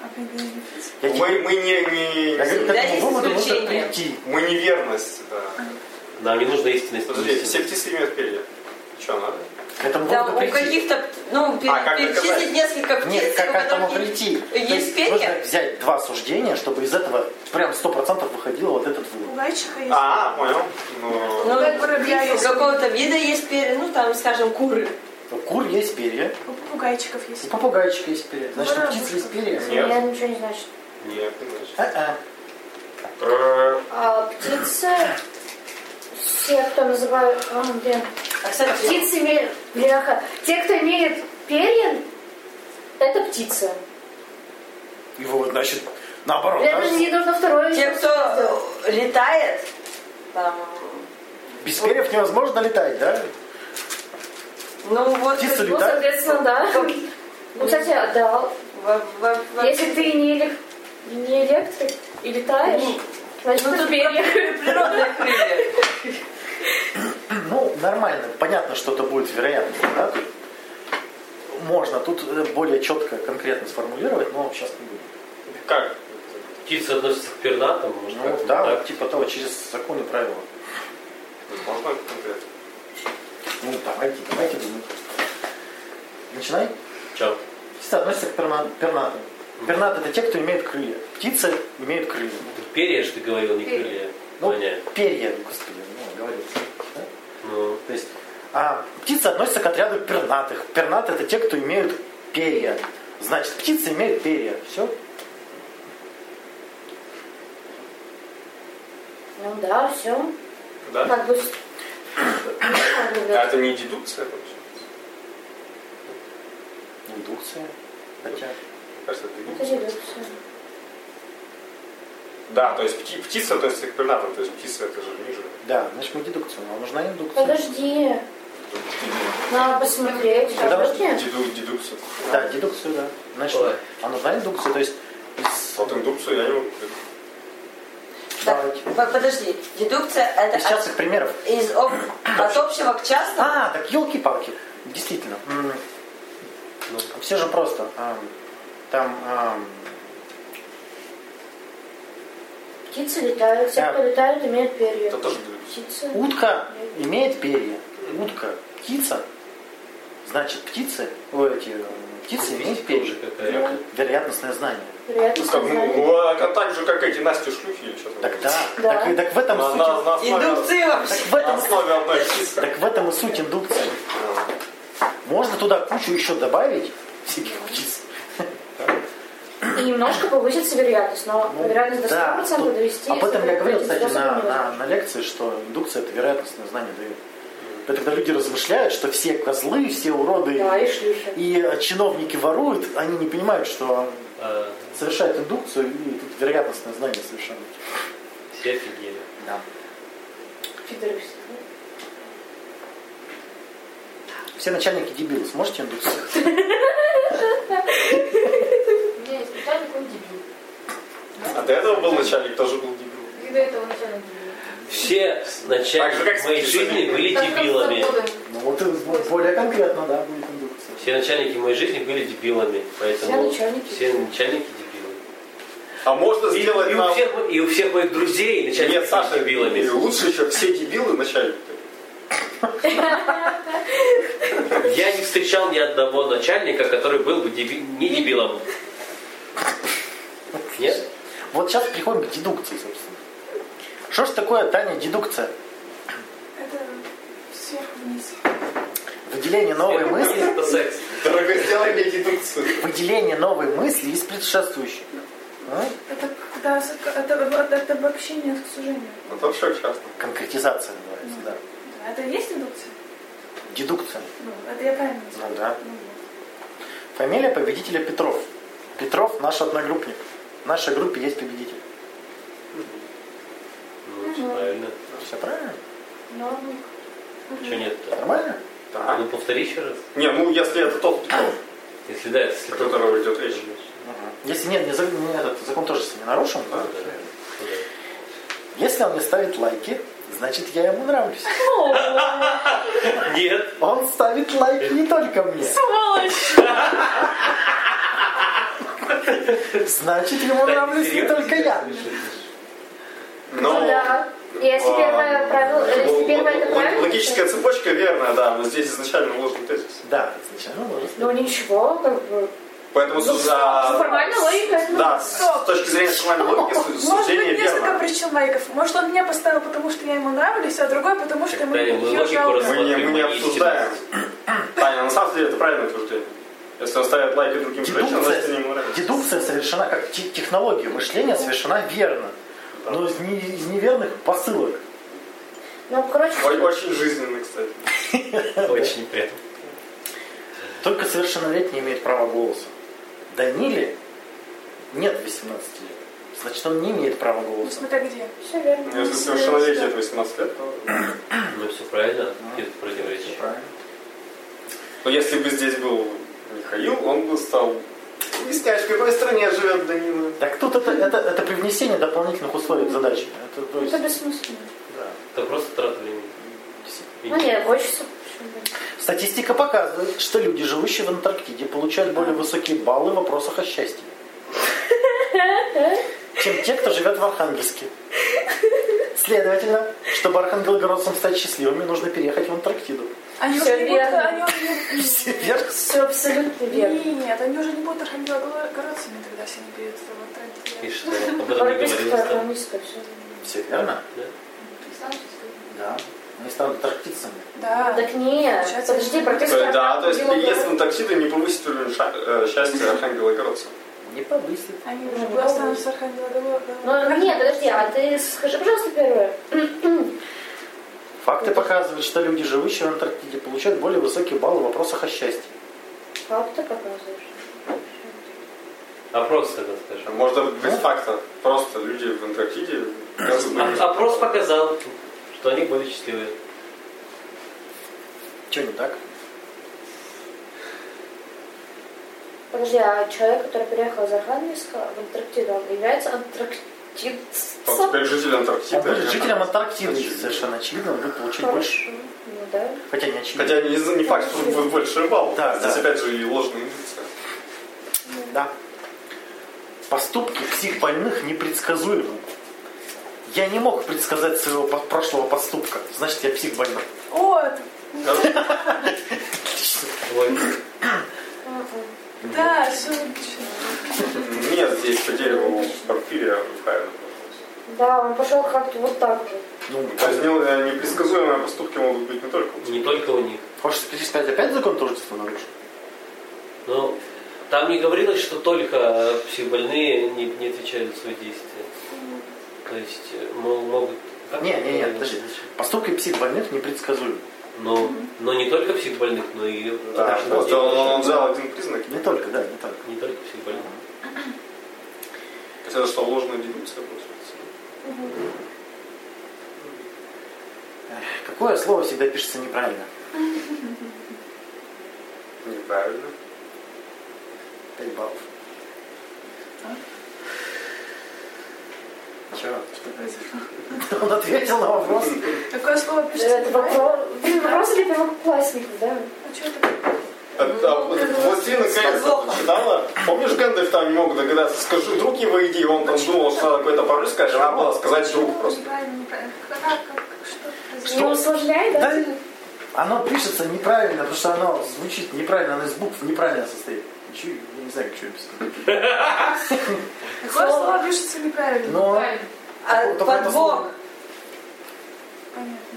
C: А пингвины не птицы.
A: Я, типа-
F: Мы, мы не, не-
A: я говорю, к
D: Всегда
A: этому
D: есть
A: выводу нужно
D: исключения.
A: прийти.
F: мы неверность, да.
B: Нам не нужна истинность.
F: Подожди, все птицы имеют перья. Что надо?
A: К этому
D: Да,
A: выводу
D: у
A: прийти.
D: каких-то, ну, пер-
F: А, как доказать?
D: перечислить несколько птиц,
A: Нет, как
D: у
A: к этому
D: которых
A: прийти? То
D: Есть,
A: есть
D: перья?
A: нужно взять два суждения, чтобы из этого прям 100% выходило вот этот вывод.
C: У лайчиха есть.
F: А, понял. Ну,
D: Ну,
C: Ну, как воробья
D: птиц
C: есть.
D: какого-то вида есть перья, ну, там, скажем, куры.
A: У кур есть перья,
C: У попугайчиков
A: у
C: есть.
A: попугайчика есть перья. Значит, у
C: Воробушка.
A: птиц есть перья?
F: Нет.
E: Я ничего не знаю. что-
F: нет, не значит.
A: А-а.
F: Э,
E: А, птицы... Все, кто называют... А, блин.
D: А, кстати,
E: Птицы имеют... Бляха. Те, кто имеет перья, это птицы.
A: И вывод, значит, наоборот.
E: Я
A: да?
E: даже не нужно второе.
D: те, кто летает, там,
A: Без перьев невозможно летать, да?
D: ну, вот...
A: Птицы
E: Ну,
A: летают?
E: соответственно, да. Ну, кстати, да.
D: во- во- во-
E: Если ты не, элек- не электрик и летаешь, значит,
D: Ну,
E: ты
D: тут
E: в перьях.
D: природные крылья.
A: Ну, нормально, понятно, что это будет вероятность, да? Тут Можно тут э, более четко, конкретно сформулировать, но сейчас не будем.
F: Как?
B: Птицы относятся к пернатым, может,
A: Ну,
B: как-то
A: да,
B: так.
A: вот типа того, через законы и правила.
F: Можно конкретно?
A: Ну, давайте, давайте думать. Начинай.
B: Чё?
A: Птицы относятся к перна- пернатым. Пернаты это те, кто имеет крылья. Птицы имеют крылья.
B: Перья, что ты говорил, не
G: Перья.
B: крылья.
A: Ну,
B: Понятно.
A: перья, господи, ну, говорится. да?
B: Ну,
A: То есть, а, птицы относятся к отряду пернатых. Пернаты это те, кто имеют перья. Значит, птицы имеют перья. Все?
E: Ну да, все.
F: Да?
E: Как бы...
F: А это не дедукция получается?
A: Индукция. Хотя.
F: Мне кажется, это
E: Ну, Это
F: дедукция.
E: же редукция.
F: Да, то есть пти- птица относится к пернатым, то есть птица это же ниже.
A: Да, значит мы дедукцию. Нам нужна индукция.
E: Подожди, надо посмотреть.
A: Когда вы-
E: Подожди.
F: Деду- Дедукцию.
A: Да, дедукцию, да. Значит,
B: Ой.
A: а нужна индукция, то есть. из-
F: Вот индукцию я не могу.
D: Так,
A: Давайте.
D: по- подожди, дедукция это
A: Из частных
D: от,
A: примеров.
D: из об- от общего к частному?
A: А, так елки-палки. Действительно. М,
B: ну,
A: Все же просто. Ам, Там ам,
E: Птицы летают, все,
A: Да. Ну,
E: кто летают, имеют перья.
F: Это тоже дедукция.
E: Птицы.
A: утка имеет перья. Утка. Птица. Значит, птицы. Ой, эти м, птицы имеют
B: физика уже
A: перья.
B: какая-то.
A: Вероятностное знание.
E: Вероятно,
F: Ну, как, ну,
E: сознание.
F: ну, а как- так же, как эти Настя шлюхи или что-то.
A: Так да.
E: Да.
A: Так, и- так в этом
F: На,
A: суть.
F: на- на основе,
D: Индукции вообще.
A: В
F: на
A: этом,
F: основе одной птицы.
A: так в этом и суть индукции. Можно туда кучу еще добавить всяких птиц.
E: И немножко повысится вероятность, но
A: Ну,
E: вероятность до 100%
A: да, тут-
E: довести...
A: А Об этом я говорил, кстати, на,
E: на...
A: на, на лекции, что индукция это вероятностное знание дает. Это когда люди размышляют, что все козлы, все уроды
E: Да, и шлюхи.
A: и э, чиновники воруют, они не понимают, что
B: А,
A: совершают индукцию, и тут вероятностное знание совершенно.
B: все офигели.
A: Да.
E: Фидеры.
A: Все начальники дебилы, сможете индукцию?
G: У меня есть начальник, он дебил.
F: А до этого был начальник, тоже был дебил.
G: И до этого начальник дебил.
B: Все
F: Так же, как
B: начальники
F: с
B: моей
F: птицами.
B: жизни были
G: Так как с
B: дебилами.
G: заводом.
A: Ну вот э, бо- более конкретно, да, будет индукция.
B: Все Все начальники моей жизни были дебилами, поэтому
E: Все начальники.
B: все начальники дебилы.
F: А можно
B: И,
F: сделать
B: и у
F: нам...
B: всех, мо- и у всех моих друзей начальники
F: Нет,
B: стали
F: Саша,
B: дебилами.
F: и лучше еще все дебилы начальники.
B: Я не встречал ни одного начальника, который был бы деби- не дебилом. Нет?
A: Вот сейчас приходим к дедукции, собственно. Что ж такое, Таня, дедукция?
C: Это сверху вниз.
A: Выделение новой мысли,
B: Это секс.
F: Дорогой, сделай мне дедукцию.
A: выделение новой мысли из А? предшествующей. М?
C: Это когда с- это, это, это обобщение к сужению.
F: Вот вообще А часто.
A: Конкретизация называется, да.
C: Да, это и есть индукция?
A: Дедукция.
C: Ну, это я правильно сказала.
A: Ну да.
C: Ну, вот.
A: Фамилия победителя Петров. Петров наш одногруппник. В нашей группе есть победитель.
B: Ну, всё правильно.
A: Все правильно?
G: Норм.
B: Что нет-то?
A: Нормально?
F: Да.
B: Ну, повтори еще раз.
F: Не, ну если это тот Петров,
B: Если да, если
F: о
B: то...
F: котором идет речь.
A: Если нет, не за- не этот закон тоже не нарушен,
F: А,
B: Да,
A: да?
B: да, да.
A: Если он не ставит лайки, значит я ему нравлюсь.
B: Нет.
A: Он ставит лайки не только мне. Значит, ему
B: Да,
A: нравлюсь не
B: серьезно?
A: только я.
F: Но...
E: Ну да. И если
F: а,
E: первое правило, э,
F: л-
E: если
F: л-
E: первое это
F: л-
E: правило,
F: Логическая цепочка верная, да, но здесь изначально вложен тезис.
A: Да, изначально можно.
E: ну ничего, как бы.
F: Поэтому
E: Ну,
F: с- за-
E: формальная логика. ну,
F: Да, с
C: Стоп.
F: точки зрения формальной логики су-
C: Может
F: суждение
C: быть, несколько
F: верно.
C: причин лайков. Может, он меня поставил, потому что я ему нравлюсь, а другой, потому что ему
B: Тогда и мы
C: ее
B: логику
C: жалко.
B: раз-
F: Мы не, мы
B: Смотри,
F: не обсуждаем. Таня, на самом деле это правильное утверждение. Если он ставит лайки другим женщинам, значит они ему
A: Дедукция,
F: нравятся.
A: дедукция совершена как те- технология мышления совершена верно.
F: Да.
A: Но из, не- из неверных посылок.
E: Ну, короче,
F: Ой, Очень жизненный, кстати.
B: Очень неприятно.
A: Только совершеннолетний имеет право голоса. Даниле нет 18 лет. Значит, он не имеет права
C: Ну,
A: голоса.
C: смотря где.
E: все верно.
F: Если совершеннолетие это 18 лет, то...
B: Ну, все правильно. Нет противоречий.
A: Правильно.
F: Но если бы здесь был Михаил, он бы стал... Объясняешь, в какой стране живет Данила?
A: Так тут это, это, это привнесение дополнительных условий к задаче. Это, то есть,
E: Это бессмысленно.
A: да.
B: Это просто трата времени.
E: Ну, не, хочется. почему бы нет.
A: Статистика показывает, что люди, живущие в Антарктиде, получают более высокие баллы в вопросах о счастье, чем те, кто живет в Архангельске. Следовательно, чтобы архангелогородцам стать счастливыми, нужно переехать в Антарктиду.
C: Они
E: Всё
C: уже не будут...
E: верно.
C: Они уже
A: Все верно?
E: Все абсолютно
C: не...
E: верно.
C: Нет, они уже не будут архангелогородцами, тогда все не перейдут в Антарктиду.
B: И что? Об этом не
E: Борьба
B: говорилось там.
E: экономическая, все.
A: Все верно?
G: Александровская.
A: Да. Они станут антарктидцами.
C: Да.
E: Ну, Так не,
C: Получается,
E: подожди,
C: это-
E: практически.
F: Э, Да, то есть переезд в Антарктиду не повысит уровень ша- э, счастья Архангелогородца.
A: Не повысит.
C: Они
E: Ну,
C: уже
E: да.
C: останутся архангелогородцами.
E: Ну, нет, подожди, а ты скажи, пожалуйста, первое.
A: Факты показывают, что люди, живущие в Антарктиде, получают более высокие баллы в вопросах о счастье.
E: Как ты показываешь?
B: Опрос тогда скажем.
F: Можно
A: Ну.
F: без факта. Просто люди в Антарктиде
A: А,
B: О-
F: разные.
B: А, Опрос показал, что они были счастливы.
A: Че не так?
E: Подожди, а человек, который переехал из Архангельска в Антарктиду, он является антарктидцем?
F: Он теперь житель Антарктиды.
A: Он А будет жителям Антарктиды,
F: Очевидно.
A: совершенно очевидно, он будет получать
E: Хорошо.
A: больше.
E: Ну да.
A: Хотя не очевидно.
F: Хотя не, не факт, что будет больше балл.
A: Да,
F: Здесь
A: да.
F: опять же и ложная индукция.
A: Да. Поступки психбольных непредсказуемы. Я не мог предсказать своего по- прошлого поступка. Значит, я психбольной.
C: О, это-
B: Ой,
E: М-м.
C: да, все отлично.
F: Нет, здесь по дереву а Порфирия правильно.
E: Да, он пошел как-то вот так же.
A: Ну,
F: То есть не- э, непредсказуемые поступки могут быть не только у
B: не только у них.
A: хочешь сказать, опять закон тождества нарушен?
B: Но там не говорилось, что только психбольные не, не отвечают за свои действия. То есть э, мо- могут... как
A: Не, не, не,
B: это
A: подожди.
B: называется?
A: Поступки психбольных непредсказуемы.
B: Но, но не только психбольных, но и...
F: Да,
B: Потому что
F: он, взял-
B: дело-
F: он взял один признак.
A: Не только, да, не только.
B: Не только психбольных.
F: То есть это что, ложная дедукция получается?
A: Эх, Какое слово всегда пишется неправильно?
F: Неправильно.
A: Пять баллов. А? Чего?
C: Что произошло?
A: Он ответил на вопрос.
C: Какое слово пишется?
E: Это вопрос, вопрос для первоклассников, да?
C: А что это?
F: От, а, вот Властелина колец читала. Помнишь, Гэндальф там не мог догадаться, скажу, друг его иди, он там думал, что надо какой-то пароль скажешь, а надо было сказать друг просто.
G: Неправильно, неправильно. Как, как, как- что
E: Не
G: произошло?
E: усложняй, да?
A: Да, оно пишется неправильно, потому что оно звучит неправильно, оно из букв неправильно состоит. Ничего, я не знаю, как что писать.
C: Какое слово пишется неправильно?
A: Но
D: А
B: Ну,
A: Только это
D: подвох,
A: слово.